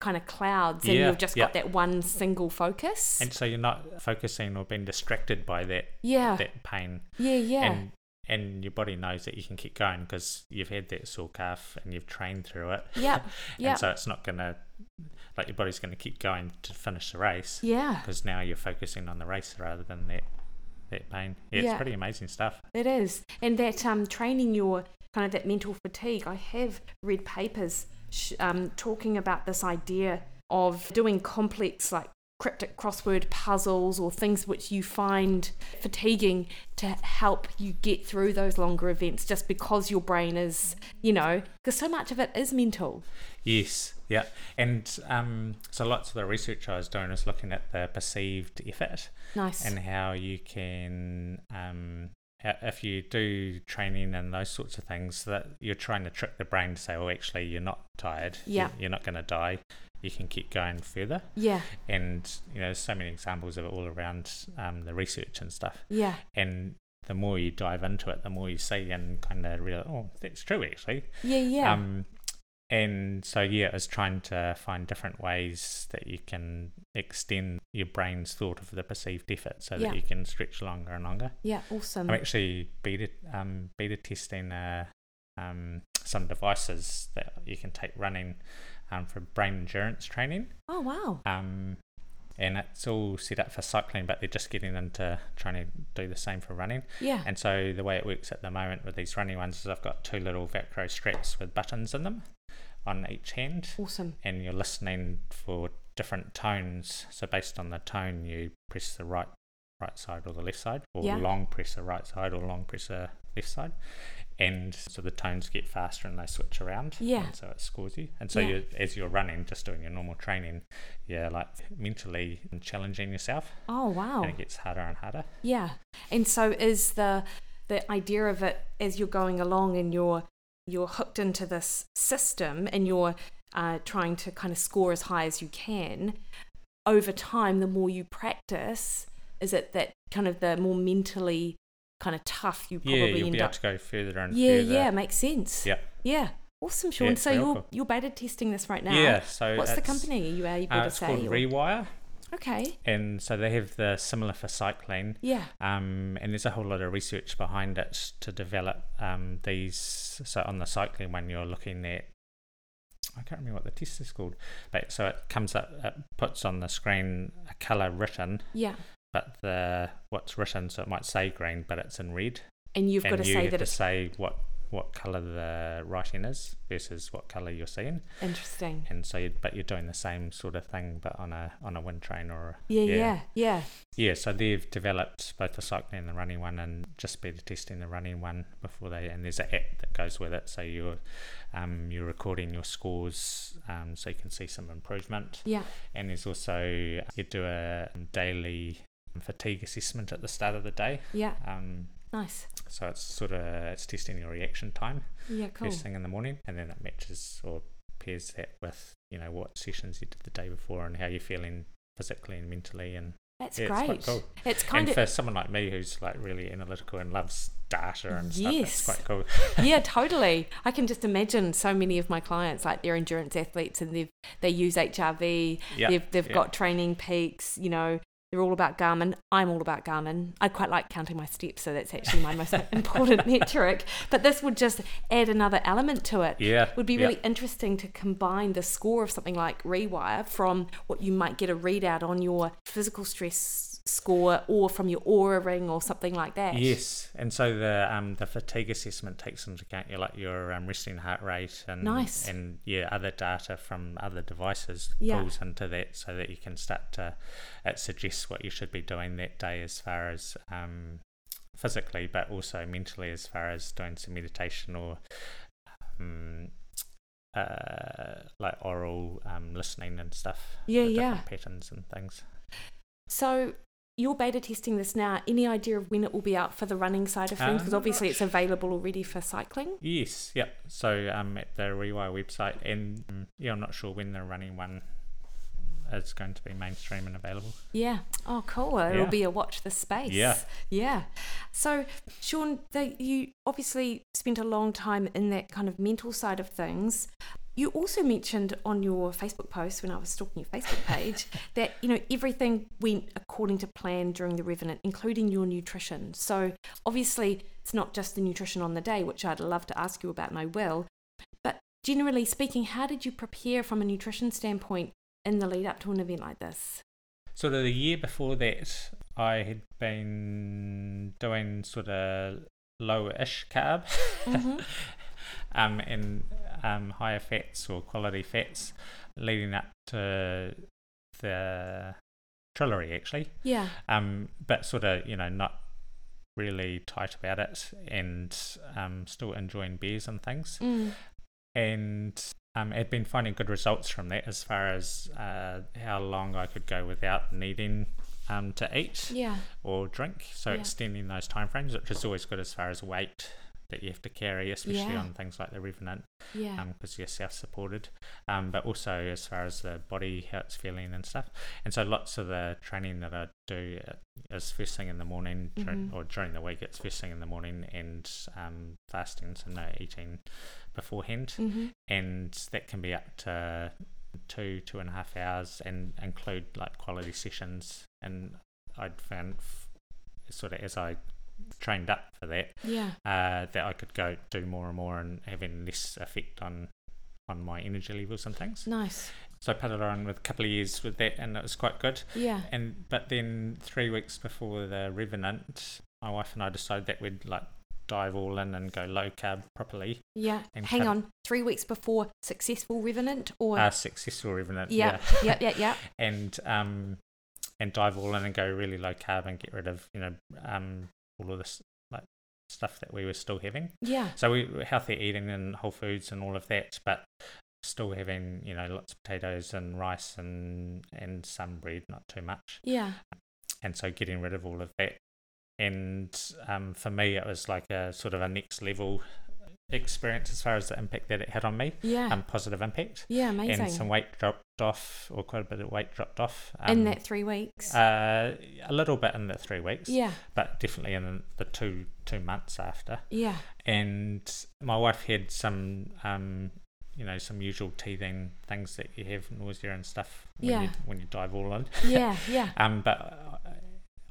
Speaker 1: kind of clouds and
Speaker 2: Yeah,
Speaker 1: you've just got
Speaker 2: yeah.
Speaker 1: that one single focus.
Speaker 2: And so you're not focusing or being distracted by that
Speaker 1: yeah.
Speaker 2: that pain,
Speaker 1: yeah. Yeah.
Speaker 2: and and your body knows that you can keep going because you've had that sore calf and you've trained through it.
Speaker 1: yeah. Yeah.
Speaker 2: And so it's not going to, like, your body's going to keep going to finish the race
Speaker 1: Yeah,
Speaker 2: because now you're focusing on the race rather than that, that pain. Yeah,
Speaker 1: Yeah.
Speaker 2: it's pretty amazing stuff.
Speaker 1: it is. And that um, training your kind of that mental fatigue, I have read papers sh- um, talking about this idea of doing complex, like cryptic crossword puzzles or things which you find fatiguing to help you get through those longer events just because your brain is, you know, because so much of it is mental.
Speaker 2: Yes, yeah. And um, so lots of the research I was doing was looking at the perceived effort
Speaker 1: Nice.
Speaker 2: and how you can. Um, how- if you do training and those sorts of things, that you're trying to trick the brain to say, "Well, actually, you're not tired. You-
Speaker 1: Yeah.
Speaker 2: you're not going to die. You can keep going further."
Speaker 1: yeah,
Speaker 2: and you know so many examples of it all around um, the research and stuff
Speaker 1: yeah,
Speaker 2: and the more you dive into it the more you see and kind of realize oh that's true actually
Speaker 1: yeah, yeah.
Speaker 2: um And so, yeah, it's trying to find different ways that you can extend your brain's thought of the perceived effort so
Speaker 1: Yeah. Mm.
Speaker 2: that you can stretch longer and longer.
Speaker 1: Yeah, awesome.
Speaker 2: I'm actually beta, um, beta testing uh, um, some devices that you can take running um, for brain endurance training.
Speaker 1: oh wow.
Speaker 2: Um, and it's all set up for cycling, but they're just getting into trying to do the same for running.
Speaker 1: Yeah.
Speaker 2: And so the way it works at the moment with these running ones is I've got two little Velcro straps with buttons in them on each hand,
Speaker 1: Awesome.
Speaker 2: and you're listening for different tones. So based on the tone, you press the right right side or the left side, or
Speaker 1: Yeah.
Speaker 2: long press the right side or long press the left side. And so the tones get faster and they switch around.
Speaker 1: Yeah.
Speaker 2: And so it scores you. And so
Speaker 1: Yeah.
Speaker 2: you as you're running, just doing your normal training, you're like mentally challenging yourself.
Speaker 1: Oh wow.
Speaker 2: And it gets harder and harder.
Speaker 1: Yeah. And so is the the idea of it as you're going along and you're you're hooked into this system and you're uh, trying to kind of score as high as you can over time the more you practice is it that kind of the more mentally kind of tough you probably
Speaker 2: yeah, you'll
Speaker 1: end
Speaker 2: be able
Speaker 1: up
Speaker 2: to go further and
Speaker 1: yeah
Speaker 2: further.
Speaker 1: yeah makes sense
Speaker 2: Yeah.
Speaker 1: yeah awesome sean
Speaker 2: it's
Speaker 1: so
Speaker 2: real
Speaker 1: you're
Speaker 2: cool.
Speaker 1: you're beta testing this right now
Speaker 2: Yeah, so
Speaker 1: what's the
Speaker 2: it's-
Speaker 1: company are you able
Speaker 2: Uh,
Speaker 1: to
Speaker 2: it's
Speaker 1: say
Speaker 2: called
Speaker 1: or-
Speaker 2: Rewire,
Speaker 1: okay
Speaker 2: and so they have the similar for cycling.
Speaker 1: yeah
Speaker 2: Um, and there's a whole lot of research behind it to develop um, these. So on the cycling one, you're looking at I can't remember what the test is called, but so it comes up, it puts on the screen a color written,
Speaker 1: yeah
Speaker 2: but the what's written, so it might say green, but it's in red,
Speaker 1: and you've got
Speaker 2: and
Speaker 1: to
Speaker 2: you
Speaker 1: say
Speaker 2: have
Speaker 1: that
Speaker 2: to
Speaker 1: it's
Speaker 2: say what what color the writing is versus what color you're seeing.
Speaker 1: interesting
Speaker 2: And so, you, but you're doing the same sort of thing, but on a on a wind train or a-
Speaker 1: yeah yeah yeah
Speaker 2: yeah, so they've developed both the cycling and the running one, and just beta testing the running one before they. And there's an app that goes with it, so you're um, you're recording your scores, um, so you can see some improvement.
Speaker 1: yeah
Speaker 2: And there's also you do a daily fatigue assessment at the start of the day,
Speaker 1: yeah
Speaker 2: um,
Speaker 1: Nice.
Speaker 2: so it's sort of it's testing your reaction time
Speaker 1: Yeah, cool.
Speaker 2: first thing in the morning, and then it matches or pairs that with you know what sessions you did the day before and how you're feeling physically and mentally and
Speaker 1: That's
Speaker 2: yeah, it's
Speaker 1: great.
Speaker 2: quite
Speaker 1: It's,
Speaker 2: cool.
Speaker 1: kind
Speaker 2: and
Speaker 1: of
Speaker 2: for someone like me who's like really analytical and loves data and stuff,
Speaker 1: Yes.
Speaker 2: it's quite cool.
Speaker 1: yeah, totally. I can just imagine so many of my clients like they're endurance athletes and they've they use HRV.
Speaker 2: Yeah,
Speaker 1: they've they've
Speaker 2: yeah.
Speaker 1: got training peaks. You know, they're all about Garmin. I'm all about Garmin. I quite like counting my steps, so that's actually my most important metric. But this would just add another element to it.
Speaker 2: Yeah,
Speaker 1: would be
Speaker 2: yeah.
Speaker 1: really interesting to combine the score of something like Rewire from what you might get a readout on your physical stress score or from your aura ring or something like that.
Speaker 2: Yes, and so the um, the fatigue assessment takes into account your like your um, resting heart rate and
Speaker 1: Nice.
Speaker 2: and yeah other data from other devices
Speaker 1: Yeah.
Speaker 2: pulls into that so that you can start to it suggests what you should be doing that day as far as um, physically but also mentally as far as doing some meditation or um, uh, like oral um, listening and stuff.
Speaker 1: Yeah,
Speaker 2: the different
Speaker 1: yeah.
Speaker 2: Patterns and things.
Speaker 1: So you're beta testing this now. Any idea of when it will be out for the running side of things? Because
Speaker 2: Um,
Speaker 1: obviously it's available already for cycling.
Speaker 2: Yes, yeah. So um, at the Rewire website, and um, yeah, I'm not sure when the running one is going to be mainstream and available.
Speaker 1: Yeah. Oh, cool. It'll
Speaker 2: Yeah.
Speaker 1: be a watch the space.
Speaker 2: Yeah.
Speaker 1: Yeah. So, Sean, the, you obviously spent a long time in that kind of mental side of things. You also mentioned on your Facebook post when I was stalking your Facebook page that you know everything went according to plan during the Revenant, including your nutrition. So obviously, it's not just the nutrition on the day, which I'd love to ask you about, and I will. But generally speaking, how did you prepare from a nutrition standpoint in the lead up to an event like this?
Speaker 2: Sort of the year before that, I had been doing sort of low-ish carb, um, and um, higher fats or quality fats, leading up to the Trillery actually.
Speaker 1: Yeah.
Speaker 2: um, but sort of you know not really tight about it and um, still enjoying beers and things
Speaker 1: Mm.
Speaker 2: and um, I've been finding good results from that as far as uh, how long I could go without needing um, to eat
Speaker 1: Yeah.
Speaker 2: or drink so
Speaker 1: Yeah.
Speaker 2: extending those time frames which is always good as far as weight that you have to carry, especially
Speaker 1: Yeah.
Speaker 2: on things like the Revenant,
Speaker 1: Yeah.
Speaker 2: um, because you're self-supported. Um, but also as far as the body, how it's feeling and stuff. And so lots of the training that I do uh, is first thing in the morning dur-
Speaker 1: Mhm.
Speaker 2: or during the week. It's first thing in the morning and um, fasting, so no eating beforehand
Speaker 1: hmm
Speaker 2: and that can be up to two two and a half hours and include like quality sessions and i'd found f- sort of as i trained up for that
Speaker 1: Yeah.
Speaker 2: uh that i could go do more and more and having less effect on on my energy levels and things
Speaker 1: Nice.
Speaker 2: so i paddled on with a couple of years with that and it was quite good
Speaker 1: Yeah.
Speaker 2: and but then three weeks before the revenant my wife and i decided that we'd like dive all in and go low carb properly
Speaker 1: Yeah.
Speaker 2: And
Speaker 1: Hang
Speaker 2: cut-
Speaker 1: on. Three weeks before successful revenant or
Speaker 2: uh, successful revenant
Speaker 1: yeah. yeah.
Speaker 2: yeah
Speaker 1: Yeah. Yeah.
Speaker 2: and um and dive all in and go really low carb and get rid of you know um all of this like stuff that we were still having
Speaker 1: Yeah.
Speaker 2: so we were healthy eating and whole foods and all of that but still having you know lots of potatoes and rice and and some bread not too much
Speaker 1: Yeah.
Speaker 2: and so getting rid of all of that and um for me it was like a sort of a next level experience as far as the impact that it had on me
Speaker 1: Yeah.
Speaker 2: um positive impact
Speaker 1: yeah. Ah. Amazing.
Speaker 2: and some weight dropped off or quite a bit of weight dropped off
Speaker 1: in
Speaker 2: um,
Speaker 1: that three weeks.
Speaker 2: uh, a little bit in the three weeks,
Speaker 1: yeah.
Speaker 2: but definitely in the two two months after.
Speaker 1: Yeah.
Speaker 2: And my wife had some, um, you know, some usual teething things that you have nausea and stuff when you
Speaker 1: Yeah.
Speaker 2: when you dive all in.
Speaker 1: Yeah. Yeah.
Speaker 2: Um, but I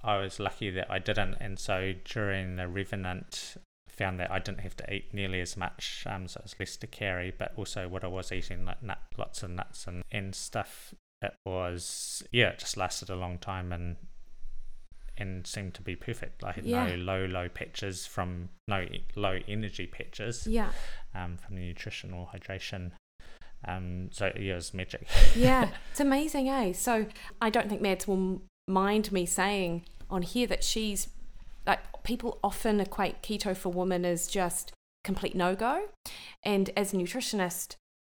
Speaker 2: I was lucky that I didn't, and so during the revenant. Found that I didn't have to eat nearly as much, um, so it was less to carry. But also, what I was eating, like nut, lots of nuts and, and stuff, it was yeah, it just lasted a long time and and seemed to be perfect. I had
Speaker 1: Yeah.
Speaker 2: no low low patches from no e- low energy patches
Speaker 1: Yeah.
Speaker 2: um, from the nutrition or hydration. Um, so yeah, it was magic.
Speaker 1: yeah, it's amazing, eh? So I don't think Mads will mind me saying on here that she's like people often equate keto for women as just complete no go, and as a nutritionist.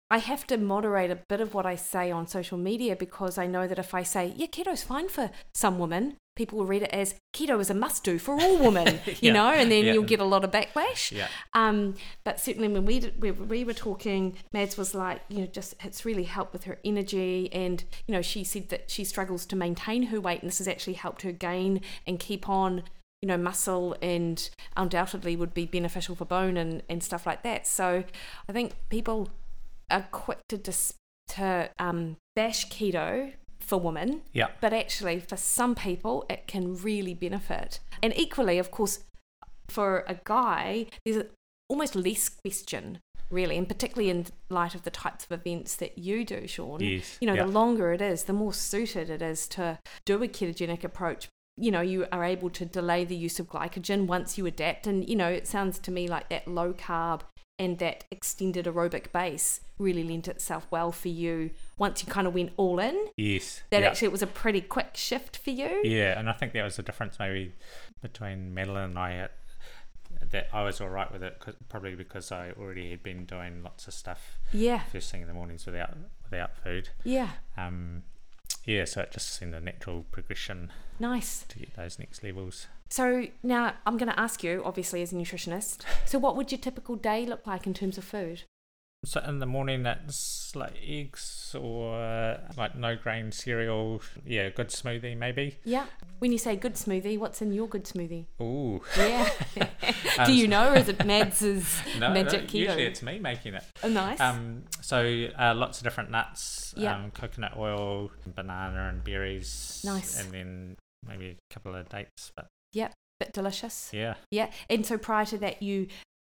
Speaker 1: I have to moderate a bit of what I say on social media because I know that if I say, yeah, keto's fine for some women, people will read it as keto is a must do for all women, you
Speaker 2: Yeah,
Speaker 1: know, and then
Speaker 2: yeah.
Speaker 1: you'll get a lot of backlash.
Speaker 2: yeah,
Speaker 1: Um, but certainly when we, did, when we were talking, Mads was like, you know, just it's really helped with her energy. And, you know, she said that she struggles to maintain her weight and this has actually helped her gain and keep on, you know, muscle and undoubtedly would be beneficial for bone and, and stuff like that. So I think people are quick to, dis- to um, bash keto for women
Speaker 2: yeah,
Speaker 1: but actually for some people it can really benefit and equally of course for a guy there's almost less question really and particularly in light of the types of events that you do sean
Speaker 2: yes.
Speaker 1: you know
Speaker 2: yeah.
Speaker 1: the longer it is the more suited it is to do a ketogenic approach you know you are able to delay the use of glycogen once you adapt and you know it sounds to me like that low carb and that extended aerobic base really lent itself well for you once you kind of went all in
Speaker 2: yes.
Speaker 1: that
Speaker 2: yeah.
Speaker 1: actually it was a pretty quick shift for you.
Speaker 2: Yeah, and I think that was the difference maybe between Madeline and I. uh, That I was all right with it, 'cause- probably because I already had been doing lots of stuff
Speaker 1: Yeah,
Speaker 2: first thing in the mornings without without food.
Speaker 1: yeah,
Speaker 2: Um, yeah, so it just seemed a natural progression
Speaker 1: nice.
Speaker 2: to get those next levels.
Speaker 1: So now I'm going to ask you, obviously, as a nutritionist. So what would your typical day look like in terms of food?
Speaker 2: So in the morning, it's like eggs or like no grain cereal. Yeah, good smoothie maybe.
Speaker 1: Yeah. When you say good smoothie, what's in your good smoothie?
Speaker 2: Ooh,
Speaker 1: Yeah. Do
Speaker 2: Um,
Speaker 1: you know, or is it Mads's
Speaker 2: no,
Speaker 1: magic keto?
Speaker 2: usually it's me making it.
Speaker 1: oh, nice.
Speaker 2: Um, so uh, lots of different nuts,
Speaker 1: Yeah.
Speaker 2: um, coconut oil, banana and berries.
Speaker 1: Nice.
Speaker 2: And then maybe a couple of dates, but
Speaker 1: Bit delicious.
Speaker 2: yeah.
Speaker 1: Yeah. And so prior to that, you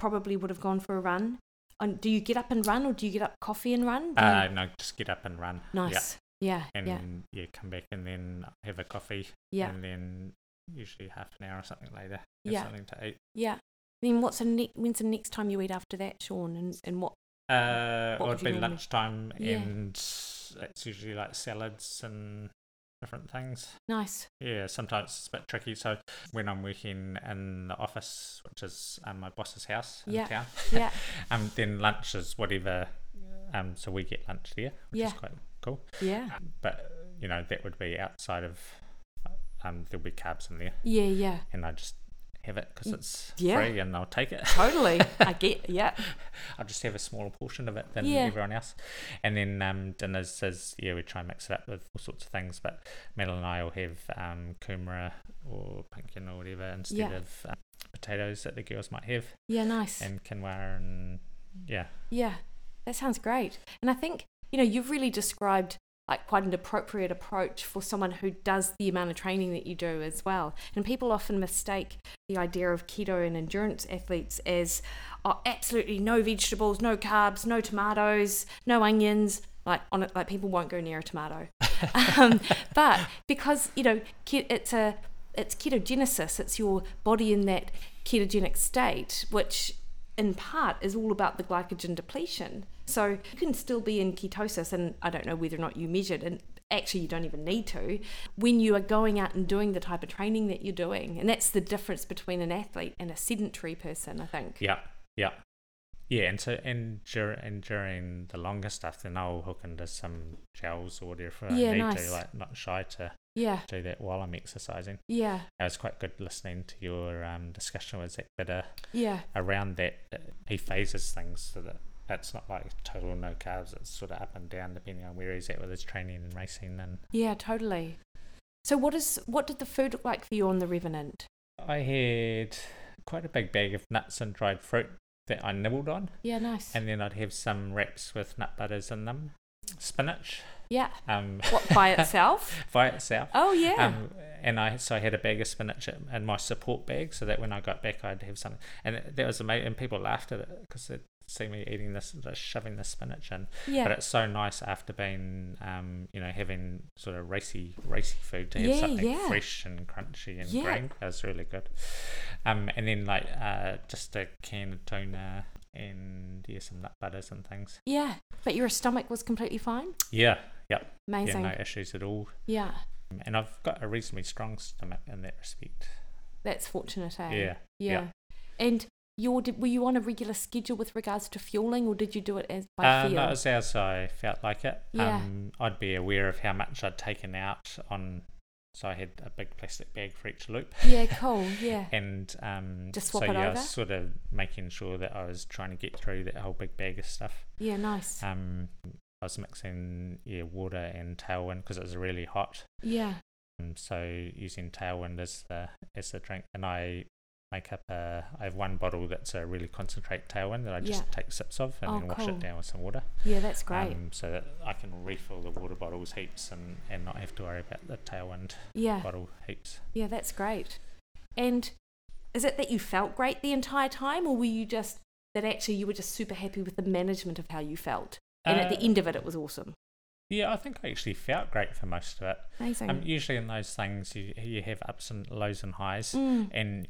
Speaker 1: probably would have gone for a run. And do you get up and run, or do you get up coffee and run? Do you-
Speaker 2: Uh, no, just get up and run.
Speaker 1: nice. Yeah.
Speaker 2: Yeah.
Speaker 1: Yeah.
Speaker 2: And
Speaker 1: Yeah.
Speaker 2: yeah, come back and then have a coffee.
Speaker 1: Yeah.
Speaker 2: And then usually half an hour or something later. Have
Speaker 1: Yeah.
Speaker 2: Something to eat.
Speaker 1: Then what's the ne- when's the next time you eat after that, Sean? And, and what
Speaker 2: Uh,
Speaker 1: What
Speaker 2: or
Speaker 1: would
Speaker 2: it'd
Speaker 1: you
Speaker 2: be
Speaker 1: normally-
Speaker 2: lunchtime,
Speaker 1: Yeah.
Speaker 2: and it's usually like salads and different things.
Speaker 1: Nice.
Speaker 2: Yeah, sometimes it's a bit tricky. So when I'm working in the office, which is um, my boss's house in
Speaker 1: Yeah.
Speaker 2: town,
Speaker 1: Yeah.
Speaker 2: um, then lunch is whatever. Um, so we get lunch there, which
Speaker 1: Yeah.
Speaker 2: is quite cool.
Speaker 1: Yeah.
Speaker 2: But you know that would be outside of. Um, there'll be carbs in there,
Speaker 1: Yeah. Yeah.
Speaker 2: and I just have it because it's
Speaker 1: Yeah.
Speaker 2: free and I'll take it.
Speaker 1: Totally. I get, yeah.
Speaker 2: I'll just have a smaller portion of it than
Speaker 1: Yeah.
Speaker 2: everyone else. And then um, dinners is, yeah, we try and mix it up with all sorts of things, but Mel and I will have um, kumara or pumpkin or whatever instead
Speaker 1: Yeah.
Speaker 2: of um, potatoes that the girls might have
Speaker 1: Yeah, nice.
Speaker 2: and quinoa and, yeah.
Speaker 1: Yeah, that sounds great. And I think, you know, you've really described like quite an appropriate approach for someone who does the amount of training that you do as well. And people often mistake the idea of keto and endurance athletes as oh, absolutely no vegetables, no carbs, no tomatoes, no onions. Like on it, like people won't go near a tomato. um, but because you know, ke- it's a it's ketogenesis. It's your body in that ketogenic state, which in part is all about the glycogen depletion. So you can still be in ketosis, and I don't know whether or not you measured, and actually you don't even need to, when you are going out and doing the type of training that you're doing. And that's the difference between an athlete and a sedentary person, I think.
Speaker 2: Yeah, yeah, yeah. And so, and, dur- and during the longer stuff, then I'll hook into some gels or whatever I
Speaker 1: Yeah,
Speaker 2: need
Speaker 1: nice.
Speaker 2: to. Like, not shy to
Speaker 1: Yeah,
Speaker 2: do that while I'm exercising.
Speaker 1: yeah,
Speaker 2: It was quite good listening to your um, discussion with Zach Bitter
Speaker 1: yeah,
Speaker 2: around that. uh, He phases things so that it's not like total no carbs. It's sort of up and down depending on where he's at with his training and racing. And
Speaker 1: yeah, totally. So what is what did the food look like for you on the Revenant?
Speaker 2: I had quite a big bag of nuts and dried fruit that I nibbled on,
Speaker 1: Yeah, nice.
Speaker 2: and then I'd have some wraps with nut butters in them, spinach.
Speaker 1: yeah.
Speaker 2: um,
Speaker 1: What by itself?
Speaker 2: by itself.
Speaker 1: Oh yeah.
Speaker 2: Um, and I so I had a bag of spinach in- in my support bag, so that when I got back, I'd have something. And it- that was amazing. And people laughed at it because they'd see me eating this, like, shoving the spinach in.
Speaker 1: yeah.
Speaker 2: But it's so nice after being, um, you know, having sort of racy, racy food to have
Speaker 1: Yeah,
Speaker 2: something
Speaker 1: yeah.
Speaker 2: fresh and crunchy and
Speaker 1: Yeah.
Speaker 2: green. That was really good. Um, and then like uh, just a can of tuna and yeah, some nut butters and things.
Speaker 1: yeah. But your stomach was completely fine?
Speaker 2: Yeah, yeah,
Speaker 1: Amazing.
Speaker 2: no issues at all. Um,
Speaker 1: yeah.
Speaker 2: And I've got a reasonably strong stomach in that respect.
Speaker 1: That's fortunate, eh?
Speaker 2: Yeah,
Speaker 1: Yeah.
Speaker 2: yeah.
Speaker 1: And your did, were you on a regular schedule with regards to fueling, or did you do it as by
Speaker 2: Uh,
Speaker 1: feel?
Speaker 2: no, it was as I felt like it.
Speaker 1: Yeah.
Speaker 2: Um, I'd be aware of how much I'd taken out on, so I had a big plastic bag for each loop.
Speaker 1: yeah, cool. Yeah,
Speaker 2: And um,
Speaker 1: Just swap
Speaker 2: so
Speaker 1: it
Speaker 2: yeah, I
Speaker 1: over?
Speaker 2: was sort of making sure that I was trying to get through that whole big bag of stuff.
Speaker 1: yeah, nice.
Speaker 2: Um, I was mixing yeah water and tailwind because it was really hot.
Speaker 1: yeah,
Speaker 2: Um, so using Tailwind as the as the drink, and I make up a. I have one bottle that's a really concentrate Tailwind that I just
Speaker 1: Yeah.
Speaker 2: take sips of and
Speaker 1: Oh,
Speaker 2: then wash
Speaker 1: cool.
Speaker 2: it down with some water,
Speaker 1: yeah, that's great.
Speaker 2: um, so that I can refill the water bottles heaps and and not have to worry about the Tailwind
Speaker 1: yeah,
Speaker 2: bottle heaps.
Speaker 1: yeah, that's great. And is it that you felt great the entire time, or were you just that actually you were just super happy with the management of how you felt, and at
Speaker 2: Uh,
Speaker 1: the end of it, it was awesome,
Speaker 2: Yeah, I think I actually felt great for most of it.
Speaker 1: amazing.
Speaker 2: Um, usually in those things, you you have ups and lows and highs,
Speaker 1: Mm.
Speaker 2: and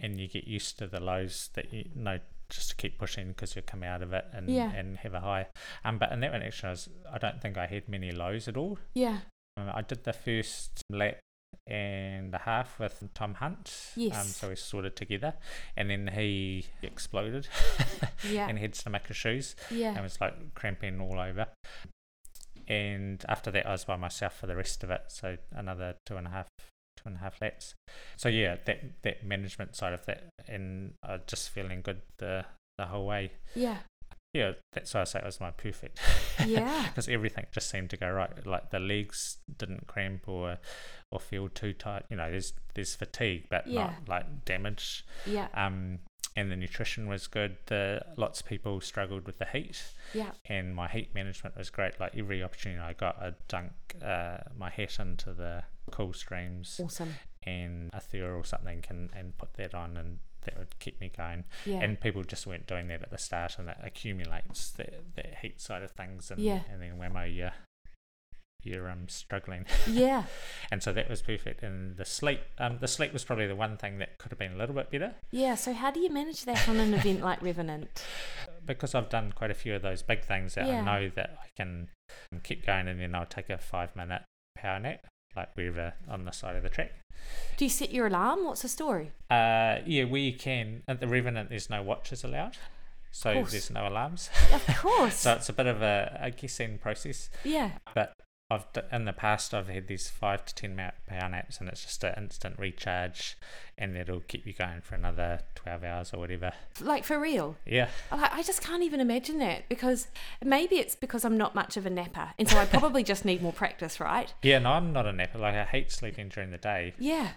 Speaker 2: and you get used to the lows that you know just to keep pushing because you come out of it and
Speaker 1: Yeah.
Speaker 2: and have a high. Um, but in that one actually, I, was, I don't think I had many lows at all.
Speaker 1: yeah,
Speaker 2: Um, I did the first lap and a half with Tom Hunt. Um,
Speaker 1: Yes.
Speaker 2: so we sorted together, and then he exploded
Speaker 1: yeah,
Speaker 2: and um, had stomach issues
Speaker 1: yeah,
Speaker 2: and was like cramping all over. And after that, I was by myself for the rest of it, so another two and a half, two and a half laps. So yeah, that that management side of that, and uh, just feeling good the the whole way.
Speaker 1: yeah,
Speaker 2: Yeah, that's why I say it was my perfect.
Speaker 1: yeah,
Speaker 2: Because everything just seemed to go right. Like the legs didn't cramp or or feel too tight. You know, there's there's fatigue, but
Speaker 1: Yeah.
Speaker 2: not like damage.
Speaker 1: yeah,
Speaker 2: Um, and the nutrition was good. The lots of people struggled with the heat
Speaker 1: yeah,
Speaker 2: and my heat management was great. Like every opportunity I got, I'd dunk uh, my hat into the cool streams
Speaker 1: awesome.
Speaker 2: and a Thera or something and, and put that on and that would keep me going.
Speaker 1: Yeah,
Speaker 2: And people just weren't doing that at the start and that accumulates that, that heat side of things and,
Speaker 1: Yeah.
Speaker 2: and then whammo, you're, you're um, struggling.
Speaker 1: yeah,
Speaker 2: And so that was perfect. And the sleep, um, the sleep was probably the one thing that could have been a little bit better.
Speaker 1: yeah. So how do you manage that on an event like Revenant?
Speaker 2: because I've done quite a few of those big things that
Speaker 1: Yeah.
Speaker 2: I know that I can um, keep going and then I'll take a five minute power nap, like wherever on the side of the track.
Speaker 1: Do you set your alarm? What's the story?
Speaker 2: Uh, yeah, we can. At the Revenant, there's no watches allowed, so
Speaker 1: course.
Speaker 2: there's no alarms.
Speaker 1: Of course.
Speaker 2: so it's a bit of a, a guessing process.
Speaker 1: yeah.
Speaker 2: But I've d- in the past I've had these five to ten ma- pound apps, and it's just an instant recharge, and it'll keep you going for another twelve hours or whatever.
Speaker 1: Like for real.
Speaker 2: Yeah,
Speaker 1: Like, I just can't even imagine that because maybe it's because I'm not much of a napper. And so I probably just need more practice, right?
Speaker 2: yeah. No, I'm not a napper. Like I hate sleeping during the day,
Speaker 1: Yeah.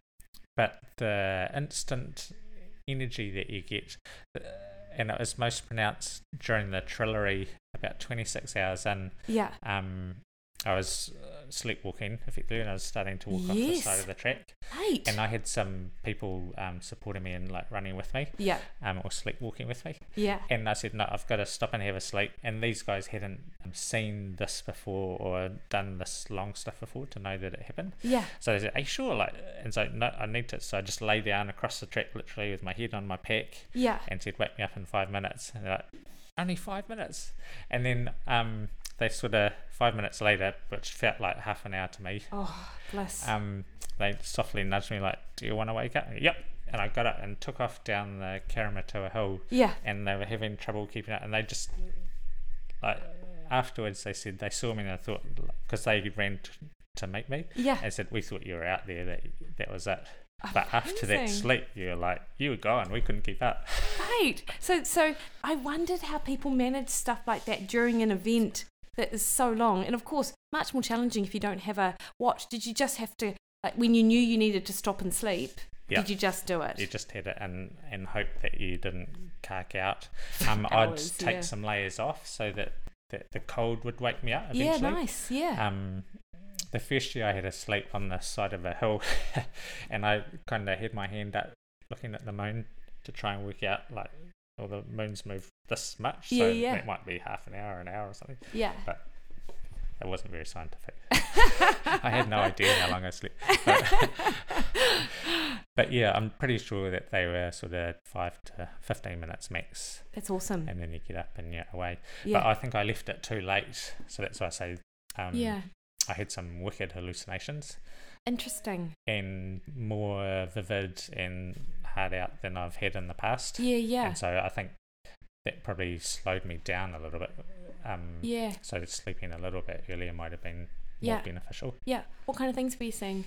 Speaker 2: but the instant energy that you get, uh, and it was most pronounced during the Trillery, about 26 hours in,
Speaker 1: Yeah.
Speaker 2: um, I was uh, sleepwalking effectively, and I was starting to walk off the
Speaker 1: Yes.
Speaker 2: side of the track,
Speaker 1: Right.
Speaker 2: and I had some people um, supporting me and like running with me,
Speaker 1: yeah.
Speaker 2: um, or sleepwalking with me,
Speaker 1: Yeah.
Speaker 2: and I said, no, I've got to stop and have a sleep, and these guys hadn't um, seen this before or done this long stuff before to know that it happened.
Speaker 1: Yeah.
Speaker 2: So they said, "Are you sure?" Like, and so no, I need to. So I just lay down across the track, literally with my head on my pack,
Speaker 1: Yeah.
Speaker 2: and said, "Wake me up in five minutes." And they're like, "Only five minutes?" And then um, they sort of five minutes later, which felt like half an hour to me.
Speaker 1: Oh, bless.
Speaker 2: Um, they softly nudged me, like, "Do you want to wake up?" yep. And I got up and took off down the Karamatoa Hill,
Speaker 1: yeah.
Speaker 2: and they were having trouble keeping up, and they just like afterwards they said they saw me and they thought because they ran t- to meet me
Speaker 1: Yeah.
Speaker 2: and said, "We thought you were out there. That that was it." But after that
Speaker 1: Oh, Amazing.
Speaker 2: sleep, you were like, "You were gone. We couldn't keep up."
Speaker 1: Right. So so I wondered how people manage stuff like that during an event that is so long and of course much more challenging if you don't have a watch. Did you just have to like when you knew you needed to stop and sleep?
Speaker 2: Yeah.
Speaker 1: Did you just do it?
Speaker 2: You just had it and and hope that you didn't cark out. Um, I'd
Speaker 1: Hours,
Speaker 2: take
Speaker 1: yeah.
Speaker 2: some layers off so that, that the cold would wake me up
Speaker 1: yeah,
Speaker 2: eventually.
Speaker 1: nice. Yeah.
Speaker 2: Um, the first year I had a sleep on the side of a hill, and I kind of had my hand up looking at the moon to try and work out like, well, the moon's moved this much, so
Speaker 1: Yeah, yeah.
Speaker 2: that might be half an hour, an hour or something.
Speaker 1: yeah.
Speaker 2: but it wasn't very scientific. I had no idea how long I slept. But, but yeah, I'm pretty sure that they were sort of five to 15 minutes max,
Speaker 1: That's awesome.
Speaker 2: and then you get up and you're away.
Speaker 1: Yeah.
Speaker 2: But I think I left it too late, so that's why I say um,
Speaker 1: yeah.
Speaker 2: I had some wicked hallucinations
Speaker 1: Interesting.
Speaker 2: and more vivid and hard out than I've had in the past.
Speaker 1: Yeah, yeah.
Speaker 2: And so I think that probably slowed me down a little bit. Um,
Speaker 1: Yeah.
Speaker 2: so sleeping a little bit earlier might have been more
Speaker 1: Yeah.
Speaker 2: beneficial.
Speaker 1: Yeah. What kind of things were you seeing?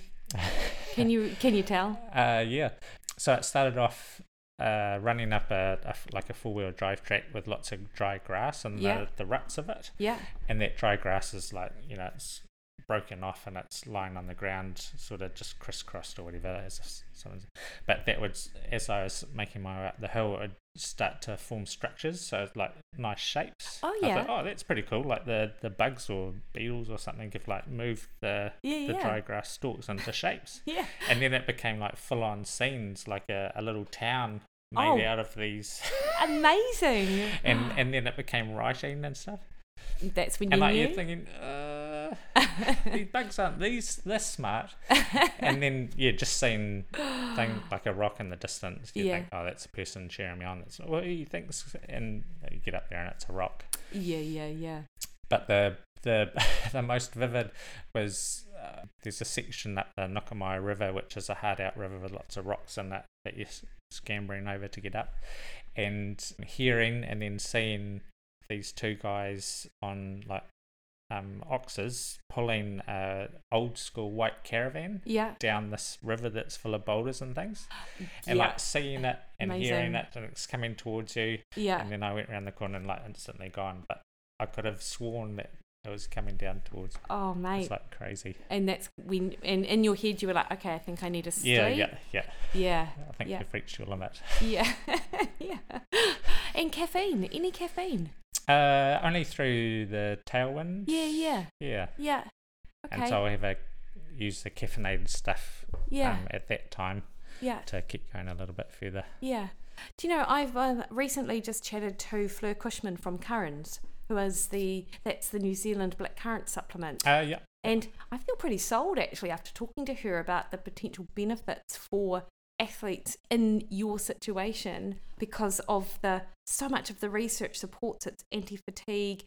Speaker 1: Can you can you tell?
Speaker 2: Uh, yeah. So it started off uh, running up a, a f- like a four wheel drive track with lots of dry grass and
Speaker 1: Yeah.
Speaker 2: the, the ruts of it,
Speaker 1: Yeah.
Speaker 2: and that dry grass is like you know it's broken off and it's lying on the ground, sort of just crisscrossed or whatever. As if s- someone's, but that would s- as I was making my way up the hill, it would start to form structures, so it's like nice shapes.
Speaker 1: Oh,
Speaker 2: I
Speaker 1: yeah.
Speaker 2: thought, oh, that's pretty cool. Like the the bugs or beetles or something have like moved the
Speaker 1: Yeah,
Speaker 2: the
Speaker 1: yeah.
Speaker 2: dry grass stalks into shapes
Speaker 1: Yeah.
Speaker 2: and then it became like full on scenes, like a, a little town made
Speaker 1: Oh.
Speaker 2: out of these,
Speaker 1: Amazing.
Speaker 2: and and then it became writing and stuff.
Speaker 1: That's when you
Speaker 2: And like
Speaker 1: knew.
Speaker 2: you're thinking, uh, these bugs aren't these this smart. and then yeah, just seeing thing like a rock in the distance, you
Speaker 1: Yeah.
Speaker 2: think, oh, that's a person cheering me on. That's what he thinks, and you get up there and it's a rock.
Speaker 1: yeah, yeah, yeah.
Speaker 2: But the the the most vivid was uh, there's a section up the Nukamai River, which is a hard out river with lots of rocks in it that you're s- scampering over to get up, and hearing and then seeing these two guys on like um, oxes pulling a old school white caravan
Speaker 1: Yeah.
Speaker 2: down this river that's full of boulders and things, and
Speaker 1: yeah.
Speaker 2: like seeing it and
Speaker 1: Amazing.
Speaker 2: hearing it and it's coming towards you,
Speaker 1: yeah.
Speaker 2: and then I went round the corner and like instantly gone. But I could have sworn that it was coming down towards me.
Speaker 1: Oh mate.
Speaker 2: It's like crazy.
Speaker 1: and that's when and in your head you were like, Okay, I think I need to sleep.
Speaker 2: Yeah, yeah, yeah.
Speaker 1: Yeah.
Speaker 2: I think
Speaker 1: Yeah.
Speaker 2: you've reached your limit.
Speaker 1: Yeah. yeah. And caffeine. Any caffeine.
Speaker 2: Uh, only through the tailwind.
Speaker 1: Yeah, yeah.
Speaker 2: Yeah.
Speaker 1: Yeah. Okay.
Speaker 2: And so I have a use the caffeinated stuff
Speaker 1: yeah.
Speaker 2: um, at that time
Speaker 1: yeah.
Speaker 2: to keep going a little bit further.
Speaker 1: Yeah. Do you know, I've um, recently just chatted to Fleur Cushman from Currens, who is the, that's the New Zealand black currant supplement.
Speaker 2: Uh, yeah.
Speaker 1: And I feel pretty sold actually after talking to her about the potential benefits for athletes in your situation because of the so much of the research supports its anti-fatigue,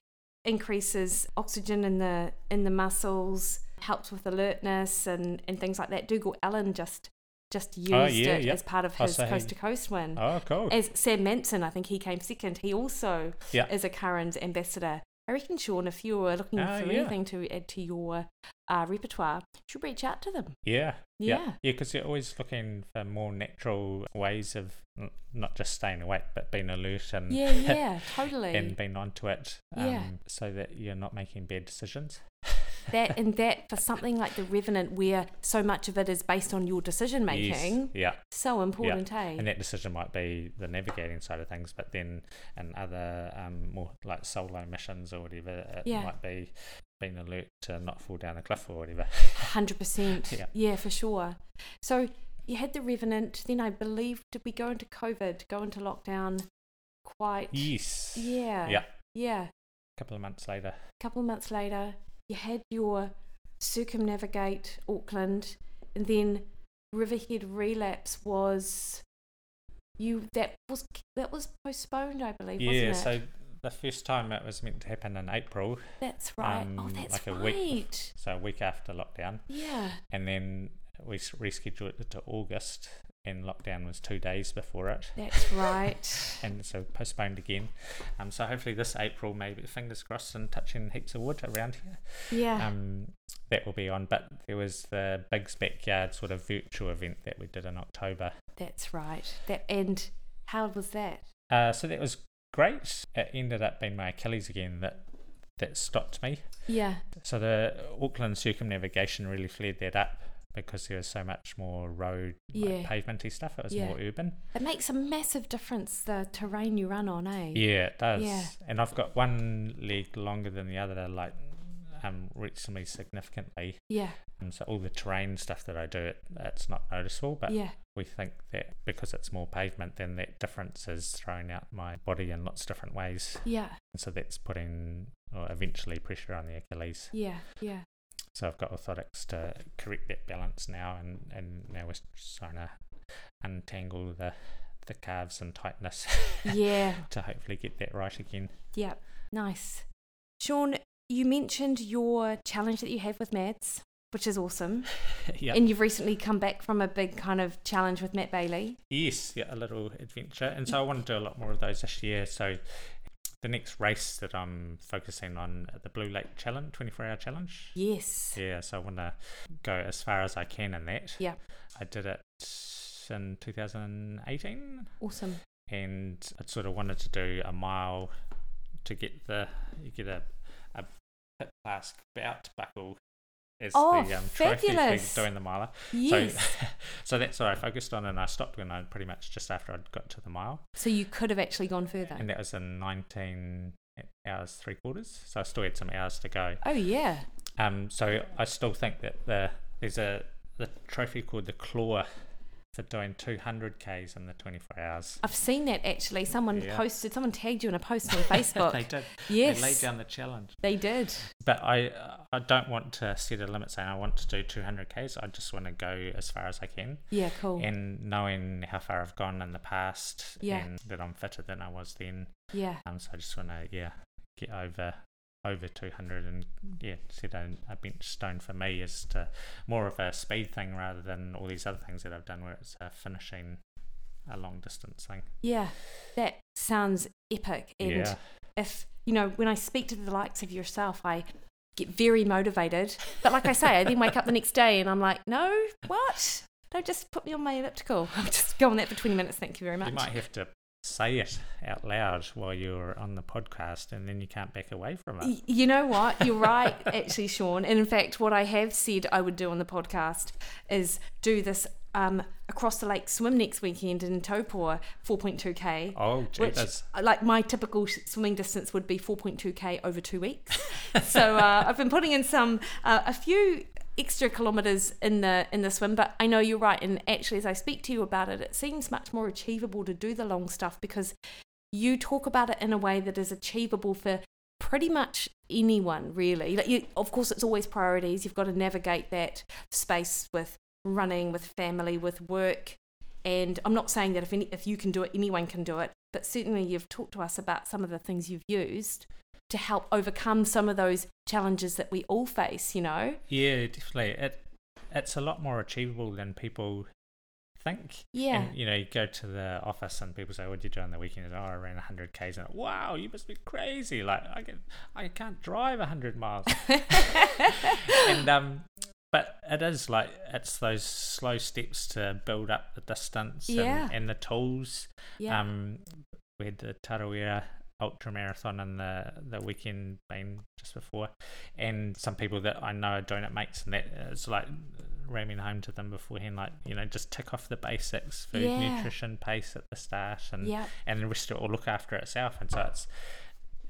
Speaker 1: increases oxygen in the in the muscles, helps with alertness and, and things like that. Dougal Allen just just used
Speaker 2: yeah,
Speaker 1: it
Speaker 2: yeah.
Speaker 1: as part of
Speaker 2: Oh,
Speaker 1: his
Speaker 2: so he-
Speaker 1: coast to coast win
Speaker 2: Oh, cool.
Speaker 1: as Sam Manson, I think he came second. He also
Speaker 2: Yeah.
Speaker 1: is a current ambassador I reckon, Sean, if you're looking
Speaker 2: Oh,
Speaker 1: for
Speaker 2: yeah.
Speaker 1: anything to add to your uh, repertoire, you should reach out to them.
Speaker 2: Yeah.
Speaker 1: Yeah.
Speaker 2: Yeah, because you're always looking for more natural ways of n- not just staying awake, but being alert and,
Speaker 1: Yeah, yeah, totally.
Speaker 2: Mm. and being onto it um,
Speaker 1: Yeah.
Speaker 2: so that you're not making bad decisions.
Speaker 1: that and that for something like The Revenant, where so much of it is based on your decision
Speaker 2: Yes,
Speaker 1: making,
Speaker 2: Yeah.
Speaker 1: so important, eh?
Speaker 2: And that decision might be the navigating side of things, but then and other um, more like solo missions or whatever, it
Speaker 1: Yeah.
Speaker 2: might be being alert to not fall down a cliff or whatever.
Speaker 1: Hundred percent.
Speaker 2: Yeah.
Speaker 1: Yeah, for sure. So you had the Revenant, then I believe did we go into COVID, go into lockdown quite
Speaker 2: yes.
Speaker 1: Yeah.
Speaker 2: Yeah.
Speaker 1: Yeah.
Speaker 2: A couple of months later.
Speaker 1: A couple of months later, you had your circumnavigate Auckland and then Riverhead relapse was you that was that was postponed, I believe,
Speaker 2: yeah.
Speaker 1: wasn't it?
Speaker 2: So the first time it was meant to happen in April,
Speaker 1: that's right. oh
Speaker 2: um,
Speaker 1: that's
Speaker 2: like a
Speaker 1: right.
Speaker 2: week- so a week after lockdown,
Speaker 1: Yeah.
Speaker 2: and then we s- rescheduled it to August, and lockdown was two days before it.
Speaker 1: That's right.
Speaker 2: and so postponed again. Um, so hopefully this April, maybe fingers crossed, and touching heaps of wood around here.
Speaker 1: Yeah.
Speaker 2: Um, that will be on. But there was the Big's backyard sort of virtual event that we did in October.
Speaker 1: that's right. That and how was that?
Speaker 2: Uh, so that was great. It ended up being my Achilles again that that stopped me.
Speaker 1: Yeah.
Speaker 2: So the Auckland circumnavigation really flared that up because there was so much more road, like
Speaker 1: Yeah.
Speaker 2: pavementy stuff. It was
Speaker 1: Yeah.
Speaker 2: more urban.
Speaker 1: It makes a massive difference the terrain you run on, eh?
Speaker 2: Yeah, it does.
Speaker 1: Yeah.
Speaker 2: And I've got one leg longer than the other, like um, reasonably significantly.
Speaker 1: Yeah.
Speaker 2: Um, so all the terrain stuff that I do, it, it's not noticeable. But
Speaker 1: yeah.
Speaker 2: we think that because it's more pavement, then that difference is throwing out my body in lots of different ways.
Speaker 1: Yeah.
Speaker 2: And so that's putting or eventually pressure on the Achilles.
Speaker 1: Yeah. Yeah.
Speaker 2: So I've got orthotics to correct that balance now, and, and now we're trying to untangle the the calves and tightness
Speaker 1: Yeah.
Speaker 2: to hopefully get that right again.
Speaker 1: yeah. Nice. Sean, you mentioned your challenge that you have with Mads, which is awesome.
Speaker 2: yeah.
Speaker 1: And you've recently come back from a big kind of challenge with Matt Bailey.
Speaker 2: Yes, yeah, a little adventure. And so I want to do a lot more of those this year. So the next race that I'm focusing on, uh, the Blue Lake Challenge, 24 hour challenge.
Speaker 1: Yes.
Speaker 2: Yeah, so I want to go as far as I can in that.
Speaker 1: Yeah.
Speaker 2: I did it in 2018
Speaker 1: Awesome.
Speaker 2: and I sort of wanted to do a mile to get the, you get a, a pit flask belt buckle as
Speaker 1: Oh,
Speaker 2: the um, trophy
Speaker 1: fabulous.
Speaker 2: for doing the miler.
Speaker 1: Yes.
Speaker 2: So, so that's what I focused on, and I stopped when I pretty much just after I'd got to the mile,
Speaker 1: so you could have actually gone further.
Speaker 2: and that was in 19 hours three quarters. So I still had some hours to go.
Speaker 1: oh, yeah.
Speaker 2: Um, so I still think that the there's a the trophy called the Claw for doing 200 k's in the 24 hours.
Speaker 1: I've seen that actually. Someone
Speaker 2: Yeah.
Speaker 1: posted, someone tagged you in a post on Facebook.
Speaker 2: they did.
Speaker 1: yes.
Speaker 2: They laid down the challenge.
Speaker 1: They did.
Speaker 2: But I uh, I don't want to set a limit saying I want to do 200 k's. I just want to go as far as I can.
Speaker 1: Yeah, cool.
Speaker 2: and knowing how far I've gone in the past
Speaker 1: Yeah.
Speaker 2: and that I'm fitter than I was then.
Speaker 1: yeah.
Speaker 2: Um, so I just want to yeah get over over 200 and yeah set a, a bench stone for me is to more of a speed thing rather than all these other things that I've done where it's a finishing a long distance thing.
Speaker 1: Yeah, that sounds epic. And
Speaker 2: yeah,
Speaker 1: if, you know, when I speak to the likes of yourself, I get very motivated. But like I say, I then wake up the next day and I'm like, no, what? Don't just put me on my elliptical. I'll just go on that for 20 minutes. Thank you very much.
Speaker 2: you might have to say it out loud while you're on the podcast and then you can't back away from it.
Speaker 1: Y- You know what? You're right, actually, Sean. And in fact, what I have said I would do on the podcast is do this um, across the lake swim next weekend in Taupo, 4.2k.
Speaker 2: Oh, gee,
Speaker 1: which uh,
Speaker 2: that's
Speaker 1: like my typical sh- swimming distance would be 4.2k over two weeks so uh, i've been putting in some uh, a few extra kilometers in the in the swim but i know you're right and actually as i speak to you about it it seems much more achievable to do the long stuff because you talk about it in a way that is achievable for pretty much anyone really like you, of course it's always priorities you've got to navigate that space with running with family with work and I'm not saying that if, any, if you can do it, anyone can do it, but certainly you've talked to us about some of the things you've used to help overcome some of those challenges that we all face, you know?
Speaker 2: Yeah, definitely. It it's a lot more achievable than people think.
Speaker 1: Yeah.
Speaker 2: And, you know, you go to the office and people say, "What did you do on the weekend?" It's, oh, I ran 100 k's, and wow, you must be crazy. Like I can, I can't drive 100 miles. and um, but it is like it's those slow steps to build up the distance
Speaker 1: Yeah.
Speaker 2: and, and the tools.
Speaker 1: Yeah.
Speaker 2: Um, we had the Tarawera Ultra Marathon and the, the weekend been just before, and some people that I know are doing it mates, and that is like ramming home to them beforehand, like you know, just tick off the basics: food,
Speaker 1: Yeah.
Speaker 2: nutrition, pace at the start, and
Speaker 1: Yep.
Speaker 2: and the rest of it will look after itself. And so it's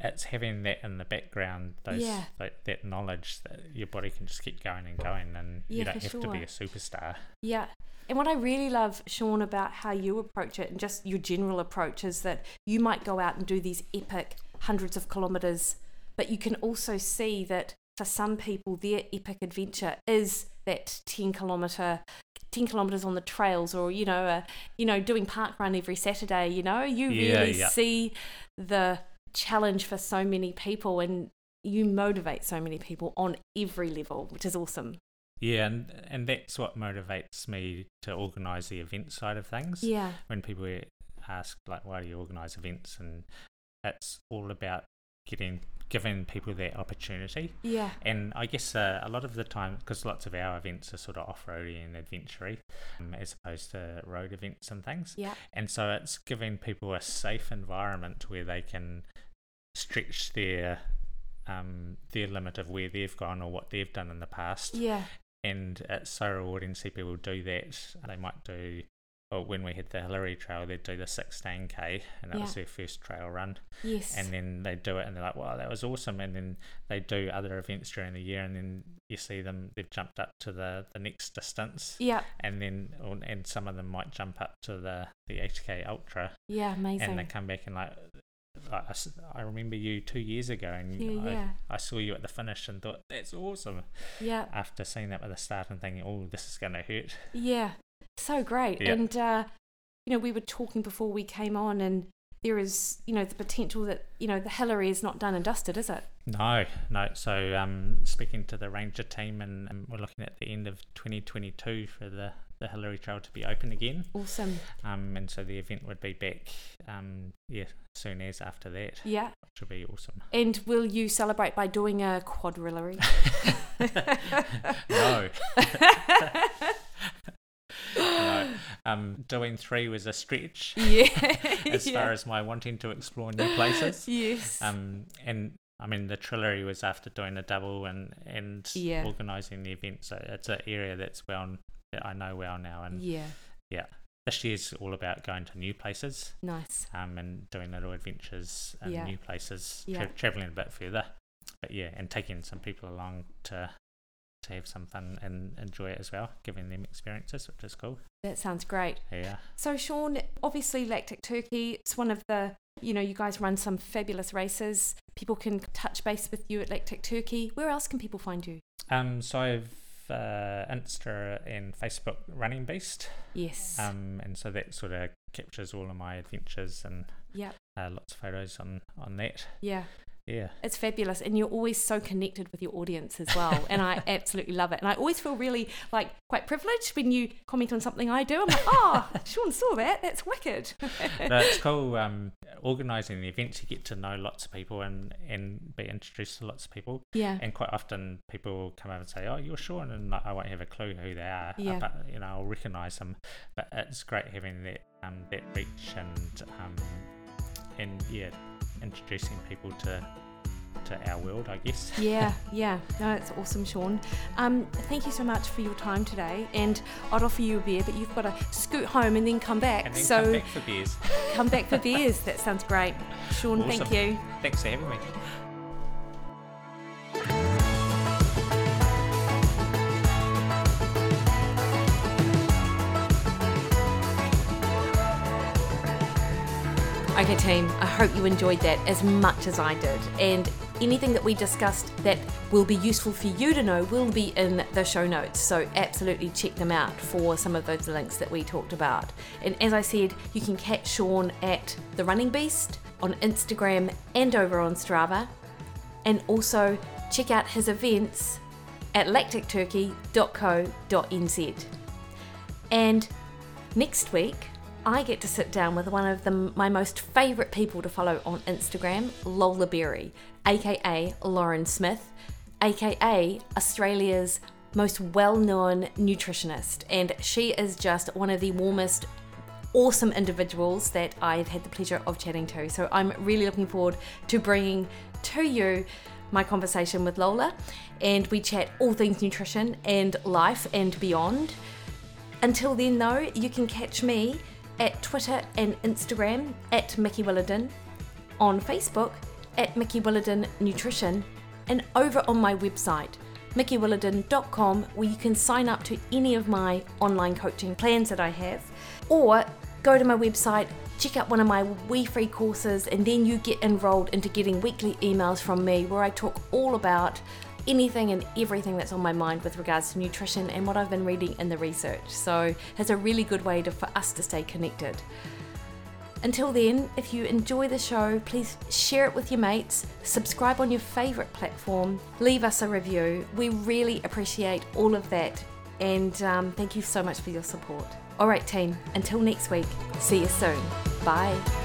Speaker 2: it's having that in the background, those
Speaker 1: Yeah.
Speaker 2: that, that knowledge that your body can just keep going and going, and
Speaker 1: Yeah,
Speaker 2: you don't
Speaker 1: for
Speaker 2: have to be
Speaker 1: sure.
Speaker 2: a superstar.
Speaker 1: Yeah. And what I really love, Sean, about how you approach it and just your general approach is that you might go out and do these epic hundreds of kilometers, but you can also see that for some people, their epic adventure is that 10 kilometer. 10 kilometers on the trails or you know uh, you know doing park run every saturday you know you
Speaker 2: Yeah,
Speaker 1: really
Speaker 2: yeah.
Speaker 1: see the challenge for so many people and you motivate so many people on every level which is awesome
Speaker 2: Yeah, and and that's what motivates me to organise the event side of things.
Speaker 1: yeah
Speaker 2: When people ask like, why do you organise events, and it's all about getting giving people that opportunity.
Speaker 1: yeah
Speaker 2: And I guess uh, a lot of the time, because lots of our events are sort of off-roady and adventure um, as opposed to road events and things.
Speaker 1: yeah
Speaker 2: And so it's giving people a safe environment where they can stretch their um, their limit of where they've gone or what they've done in the past
Speaker 1: yeah
Speaker 2: and it's so rewarding to see people do that. They might do, or when we hit the Hillary Trail, they'd do the 16k, and that was
Speaker 1: Yeah.
Speaker 2: their first trail run.
Speaker 1: Yes.
Speaker 2: And then they do it, and they're like, "Wow, that was awesome!" And then they do other events during the year, and then you see them they've jumped up to the the next distance,
Speaker 1: yeah,
Speaker 2: and then or- and some of them might jump up to the the 8k ultra,
Speaker 1: yeah, amazing.
Speaker 2: and they come back and like. Like I, s- I remember you two years ago, and
Speaker 1: Yeah,
Speaker 2: I,
Speaker 1: yeah.
Speaker 2: I saw you at the finish and thought that's awesome
Speaker 1: yeah,
Speaker 2: after seeing that at the start and thinking, oh, this is going to hurt.
Speaker 1: yeah. So great.
Speaker 2: Yeah.
Speaker 1: And uh, you know, we were talking before we came on, and there is, you know, the potential that you know the Hillary is not done and dusted, is it?
Speaker 2: No, no. So, um, speaking to the Ranger team, and, and we're looking at the end of 2022 for the, the Hillary Trail to be open again.
Speaker 1: Awesome.
Speaker 2: Um, and so the event would be back, um, yeah, soon as after that,
Speaker 1: Yeah.
Speaker 2: which will be awesome.
Speaker 1: And will you celebrate by doing a quadrillery?
Speaker 2: no. no. Um, doing three was a stretch
Speaker 1: yeah.
Speaker 2: as
Speaker 1: yeah.
Speaker 2: far as my wanting to explore new places.
Speaker 1: yes.
Speaker 2: Um, and I mean, the Trillery was after doing a double and and
Speaker 1: Yeah.
Speaker 2: organising the event, so it's an area that's well that I know well now. And
Speaker 1: yeah.
Speaker 2: this year's all about going to new places,
Speaker 1: Nice.
Speaker 2: um, and doing little adventures and
Speaker 1: Yeah.
Speaker 2: new places,
Speaker 1: Yeah.
Speaker 2: traveling a bit further. But yeah, and taking some people along to to have some fun and enjoy it as well, giving them experiences, which is cool.
Speaker 1: That sounds great.
Speaker 2: Yeah.
Speaker 1: So, Sean, obviously, Lactic Turkey, it's one of the, you know, you guys run some fabulous races. People can touch base with you at Lactic Turkey. Where else can people find you?
Speaker 2: Um. So I've uh, Insta and Facebook Running Beast.
Speaker 1: Yes.
Speaker 2: Um, and so that sort of captures all of my adventures and
Speaker 1: Yep.
Speaker 2: uh, lots of photos on on that.
Speaker 1: yeah.
Speaker 2: Yeah,
Speaker 1: It's fabulous. And you're always so connected with your audience as well. and I absolutely love it. And I always feel really, like, quite privileged when you comment on something I do. I'm like, oh, Sean saw that. That's wicked.
Speaker 2: no, it's cool. Um, organising the events, you get to know lots of people and and be introduced to lots of people.
Speaker 1: yeah.
Speaker 2: And quite often, people will come over and say, "Oh, you're Sean," and like, I won't have a clue who they are. uh,
Speaker 1: Yeah.
Speaker 2: But you know, I'll recognise them. But it's great having that um that reach and um and yeah, introducing people to to our world, I guess.
Speaker 1: yeah, yeah. No, it's awesome, Sean. Um, thank you so much for your time today. And I'd offer you a beer, but you've got to scoot home and then come back.
Speaker 2: And then
Speaker 1: so
Speaker 2: come back for beers.
Speaker 1: come back for beers. That sounds great. Sean, thank
Speaker 2: Awesome.
Speaker 1: you.
Speaker 2: Thanks for having me.
Speaker 1: Okay, team, I hope you enjoyed that as much as I did. And anything that we discussed that will be useful for you to know will be in the show notes. So absolutely check them out for some of those links that we talked about. And as I said, you can catch Sean at The Running Beast on Instagram and over on Strava. And also check out his events at lacticturkey.co.nz. And Next week, I get to sit down with one of the, my most favourite people to follow on Instagram, Lola Berry, aka Lauren Smith, aka Australia's most well known nutritionist. And she is just one of the warmest, awesome individuals that I've had the pleasure of chatting to. So I'm really looking forward to bringing to you my conversation with Lola. And we chat all things nutrition and life and beyond. Until then, though, you can catch me at Twitter and Instagram at Mickey Willardin, on Facebook at Mickey Willardin Nutrition, and over on my website, mickeywillardin.com, where you can sign up to any of my online coaching plans that I have, or go to my website, check out one of my We Free courses, and then you get enrolled into getting weekly emails from me where I talk all about anything and everything that's on my mind with regards to nutrition and what I've been reading in the research. So it's a really good way to, for us to stay connected. Until then, if you enjoy the show, please share it with your mates, subscribe on your favourite platform, leave us a review. We really appreciate all of that, and um, thank you so much for your support. All right, team, until next week, see you soon. Bye.